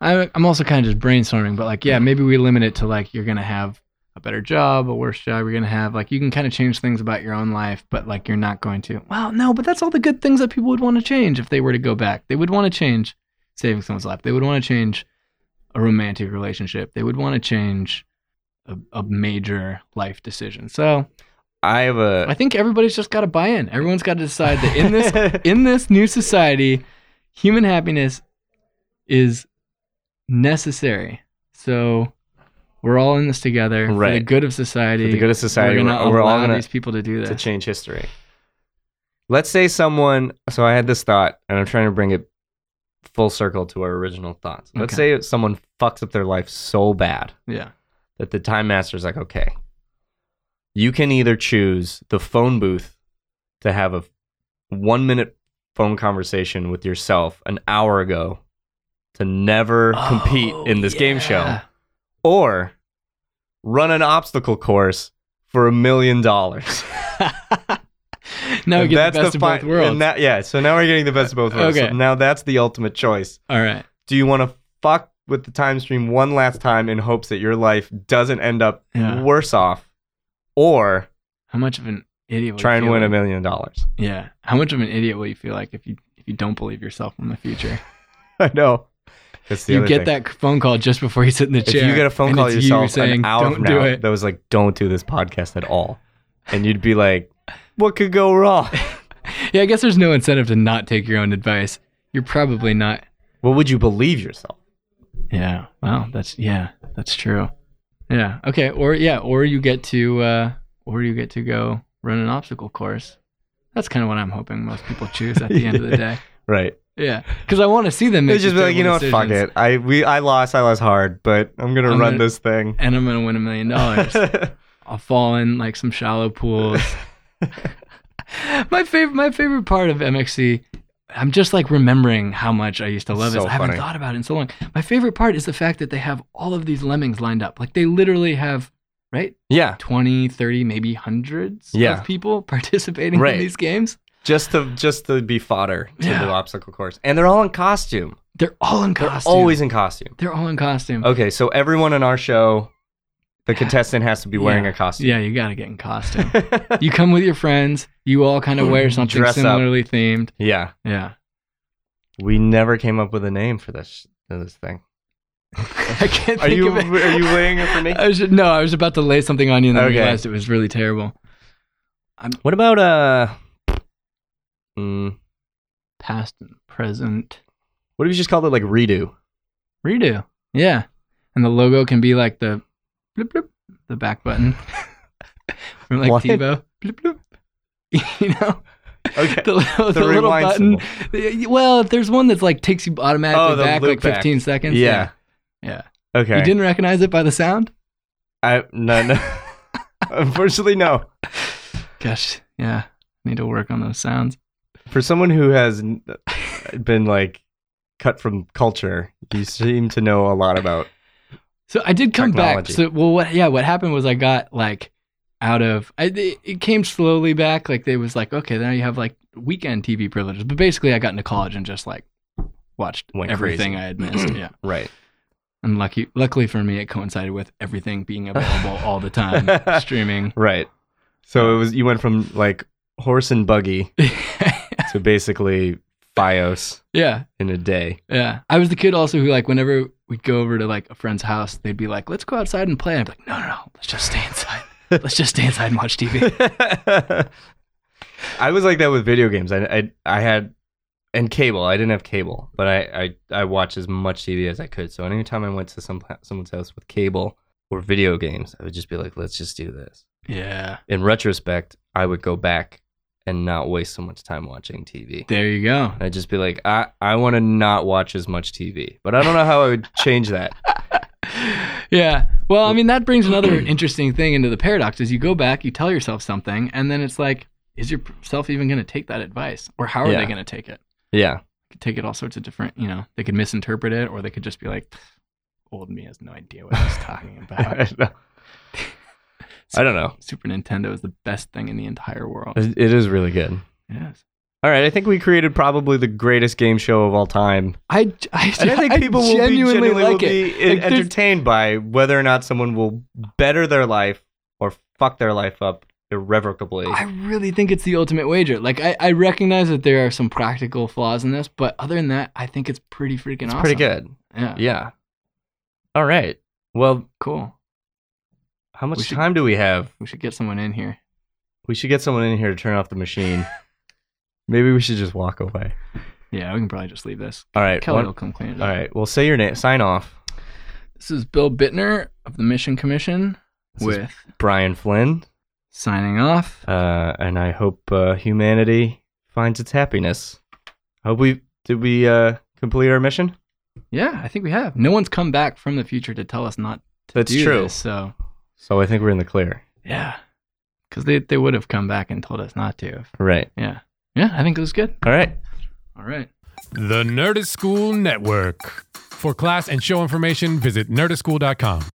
[SPEAKER 2] I I'm also kind of just brainstorming, but like yeah maybe we limit it to like you're gonna have a better job, a worse job. You're gonna have like you can kind of change things about your own life, but like you're not going to. Well, no, but that's all the good things that people would want to change if they were to go back. They would want to change saving someone's life. They would want to change a romantic relationship. They would want to change a, a major life decision. So
[SPEAKER 3] I have
[SPEAKER 2] I
[SPEAKER 3] a.
[SPEAKER 2] think everybody's just got to buy in. Everyone's got to decide that in this in this new society, human happiness is necessary. So we're all in this together for the
[SPEAKER 3] Right.
[SPEAKER 2] good of society.
[SPEAKER 3] For the good of society,
[SPEAKER 2] we're,
[SPEAKER 3] we're-
[SPEAKER 2] gonna
[SPEAKER 3] we're all
[SPEAKER 2] allow
[SPEAKER 3] gonna-
[SPEAKER 2] these people to do
[SPEAKER 3] to
[SPEAKER 2] this.
[SPEAKER 3] change history. Let's say someone. So I had this thought, and I'm trying to bring it full circle to our original thoughts. Let's say someone fucks up their life so bad
[SPEAKER 2] Yeah,
[SPEAKER 3] that the time master's like, okay, you can either choose the phone booth to have a one minute phone conversation with yourself an hour ago to never compete in this game show,
[SPEAKER 2] Oh, Yeah.
[SPEAKER 3] or run an obstacle course for a million dollars.
[SPEAKER 2] now we
[SPEAKER 3] And
[SPEAKER 2] get the best of
[SPEAKER 3] fi-
[SPEAKER 2] both worlds.
[SPEAKER 3] and that- yeah, so now we're getting the best of both worlds. So
[SPEAKER 2] Okay.
[SPEAKER 3] now that's the ultimate choice.
[SPEAKER 2] all right.
[SPEAKER 3] Do you want to fuck with the time stream one last time in hopes that your life doesn't end up
[SPEAKER 2] Yeah.
[SPEAKER 3] worse off, or
[SPEAKER 2] How much of an idiot? Will
[SPEAKER 3] try
[SPEAKER 2] you
[SPEAKER 3] and
[SPEAKER 2] feel
[SPEAKER 3] win a
[SPEAKER 2] like-
[SPEAKER 3] million dollars?
[SPEAKER 2] Yeah. How much of an idiot will you feel like if you if you don't believe yourself in the future?
[SPEAKER 3] I know. That's the
[SPEAKER 2] you
[SPEAKER 3] other
[SPEAKER 2] get
[SPEAKER 3] thing.
[SPEAKER 2] that phone call just before you sit in the
[SPEAKER 3] If
[SPEAKER 2] chair.
[SPEAKER 3] you get a phone
[SPEAKER 2] and
[SPEAKER 3] call
[SPEAKER 2] it's you
[SPEAKER 3] yourself
[SPEAKER 2] saying,
[SPEAKER 3] an hour
[SPEAKER 2] "Don't
[SPEAKER 3] from
[SPEAKER 2] do
[SPEAKER 3] now
[SPEAKER 2] it."
[SPEAKER 3] that was like, "Don't do this podcast at all," and you'd be like, "What could go wrong?
[SPEAKER 2] Yeah, I guess there's no incentive to not take your own advice. You're probably not.
[SPEAKER 3] what would you believe yourself?"
[SPEAKER 2] Yeah. Well, that's yeah, that's true. Yeah. Okay. Or yeah, or you get to uh or you get to go run an obstacle course. That's kind of what I'm hoping most people choose at the end of the day.
[SPEAKER 3] Right?
[SPEAKER 2] Yeah, because I want to see them. Make
[SPEAKER 3] They'd just
[SPEAKER 2] these
[SPEAKER 3] be like, "You know
[SPEAKER 2] terrible
[SPEAKER 3] what? Fuck
[SPEAKER 2] decisions,
[SPEAKER 3] it. I we I lost. I lost hard, but I'm gonna
[SPEAKER 2] I'm
[SPEAKER 3] run
[SPEAKER 2] gonna-
[SPEAKER 3] this thing."
[SPEAKER 2] And I'm gonna win a million dollars. I'll fall in like some shallow pools. my favorite, my favorite part of MXC, I'm just like remembering how much I used to love
[SPEAKER 3] So
[SPEAKER 2] this. I haven't
[SPEAKER 3] funny.
[SPEAKER 2] thought about it in so long. My favorite part is the fact that they have all of these lemmings lined up. Like they literally have, right,
[SPEAKER 3] yeah,
[SPEAKER 2] 20, 30, maybe hundreds
[SPEAKER 3] Yeah.
[SPEAKER 2] of people participating
[SPEAKER 3] Right.
[SPEAKER 2] in these games.
[SPEAKER 3] just to just to be fodder to
[SPEAKER 2] Yeah.
[SPEAKER 3] the obstacle course, and they're all in costume.
[SPEAKER 2] They're all in
[SPEAKER 3] They're
[SPEAKER 2] costume.
[SPEAKER 3] always in costume.
[SPEAKER 2] They're all in costume.
[SPEAKER 3] Okay, so everyone in our show, the contestant has to be wearing a costume.
[SPEAKER 2] Yeah, you gotta get in costume. you come with your friends. You all kind of wear something
[SPEAKER 3] Dress up.
[SPEAKER 2] similarly themed.
[SPEAKER 3] yeah.
[SPEAKER 2] Yeah.
[SPEAKER 3] We never came up with a name for this for this thing.
[SPEAKER 2] I can't
[SPEAKER 3] Are
[SPEAKER 2] think
[SPEAKER 3] you
[SPEAKER 2] of it.
[SPEAKER 3] are you laying it for me?
[SPEAKER 2] I was ju- no, I was about to lay something on you and then
[SPEAKER 3] Okay.
[SPEAKER 2] realized it was really terrible.
[SPEAKER 3] What about uh? Mm,
[SPEAKER 2] Past and present.
[SPEAKER 3] what if you just called it like redo?
[SPEAKER 2] Redo. Yeah. And the logo can be like the blip blip, the back button. From like
[SPEAKER 3] What?
[SPEAKER 2] TiVo. Blip blip. You know?
[SPEAKER 3] Okay.
[SPEAKER 2] The, little-
[SPEAKER 3] The
[SPEAKER 2] the little
[SPEAKER 3] rewind
[SPEAKER 2] button. The- Well, there's one that's like takes you automatically
[SPEAKER 3] Oh, the
[SPEAKER 2] back
[SPEAKER 3] loop
[SPEAKER 2] like
[SPEAKER 3] back.
[SPEAKER 2] 15 seconds.
[SPEAKER 3] Yeah.
[SPEAKER 2] Yeah.
[SPEAKER 3] Okay.
[SPEAKER 2] You didn't recognize it by the sound?
[SPEAKER 3] I no no. Unfortunately, no.
[SPEAKER 2] Gosh. Yeah. Need to work on those sounds.
[SPEAKER 3] For someone who has n- been like cut from culture, you seem to know a lot about.
[SPEAKER 2] So I did come back.
[SPEAKER 3] Technology.
[SPEAKER 2] So well, what? Yeah, what happened was I got like out of. I, it, it came slowly back. Like they was like, okay, now you have like weekend TV privileges. But basically, I got into college and just like watched
[SPEAKER 3] Went
[SPEAKER 2] everything
[SPEAKER 3] crazy.
[SPEAKER 2] I had missed. yeah,
[SPEAKER 3] Right.
[SPEAKER 2] and lucky, luckily for me, it coincided with everything being available all the time, streaming.
[SPEAKER 3] Right. So it was you went from like horse and buggy to basically FiOS
[SPEAKER 2] yeah,
[SPEAKER 3] in a day.
[SPEAKER 2] yeah. I was the kid also who like whenever we'd go over to like a friend's house. They'd be like, "Let's go outside and play." I'd be like, "No, no, no. Let's just stay inside. Let's just stay inside and watch TV."
[SPEAKER 3] I was like that with video games. I, I I had and cable. I didn't have cable, but I I, I watched as much TV as I could. So anytime I went to some someone's house with cable or video games, I would just be like, let's just do this.
[SPEAKER 2] yeah.
[SPEAKER 3] In retrospect, I would go back and not waste so much time watching TV.
[SPEAKER 2] There you go.
[SPEAKER 3] I'd just be like, I I want to not watch as much TV, but I don't know how I would change that.
[SPEAKER 2] yeah. Well, I mean, that brings another interesting thing into the paradox is you go back, you tell yourself something, and then it's like, is yourself even going to take that advice? Or how are
[SPEAKER 3] Yeah.
[SPEAKER 2] they going to take it?
[SPEAKER 3] Yeah,
[SPEAKER 2] Could take it all sorts of different, you know, they could misinterpret it or they could just be like, old me has no idea what he's talking
[SPEAKER 3] I
[SPEAKER 2] about.
[SPEAKER 3] don't know. I don't know.
[SPEAKER 2] Super Nintendo is the best thing in the entire world.
[SPEAKER 3] It it is really good.
[SPEAKER 2] Yes.
[SPEAKER 3] All right, I think we created probably the greatest game show of all time.
[SPEAKER 2] I, I,
[SPEAKER 3] And I think people will be
[SPEAKER 2] genuinely,
[SPEAKER 3] genuinely will
[SPEAKER 2] like it.
[SPEAKER 3] be en-
[SPEAKER 2] Like, there's-
[SPEAKER 3] entertained by whether or not someone will better their life or fuck their life up irrevocably.
[SPEAKER 2] I really think it's the ultimate wager. Like I, I recognize that there are some practical flaws in this, but other than that, I think it's pretty freaking
[SPEAKER 3] it's
[SPEAKER 2] awesome.
[SPEAKER 3] pretty good.
[SPEAKER 2] Yeah.
[SPEAKER 3] Yeah. All right. Well,
[SPEAKER 2] Cool.
[SPEAKER 3] how much
[SPEAKER 2] We should-
[SPEAKER 3] time do we have?
[SPEAKER 2] We should get someone in here.
[SPEAKER 3] We should get someone in here to turn off the machine. Maybe we should just walk away.
[SPEAKER 2] Yeah, we can probably just leave this.
[SPEAKER 3] All right.
[SPEAKER 2] Kelly
[SPEAKER 3] one-
[SPEAKER 2] will come clean it up.
[SPEAKER 3] all right. Well, say your name. Sign off.
[SPEAKER 2] This is Bill Bittner of the Mission Commission
[SPEAKER 3] This is-
[SPEAKER 2] with
[SPEAKER 3] Brian Flynn.
[SPEAKER 2] signing off.
[SPEAKER 3] uh, and I hope uh, humanity finds its happiness. I hope we did we uh, complete our mission.
[SPEAKER 2] Yeah, I think we have. No one's come back from the future to tell us not to
[SPEAKER 3] That's
[SPEAKER 2] do
[SPEAKER 3] true.
[SPEAKER 2] this, so
[SPEAKER 3] So I think we're in the clear.
[SPEAKER 2] yeah, because they they would have come back and told us not to. If,
[SPEAKER 3] Right.
[SPEAKER 2] yeah, yeah, I think it was good.
[SPEAKER 3] All right.
[SPEAKER 2] All right.
[SPEAKER 7] The Nerdist School Network. For class and show information, visit nerdistschool.com.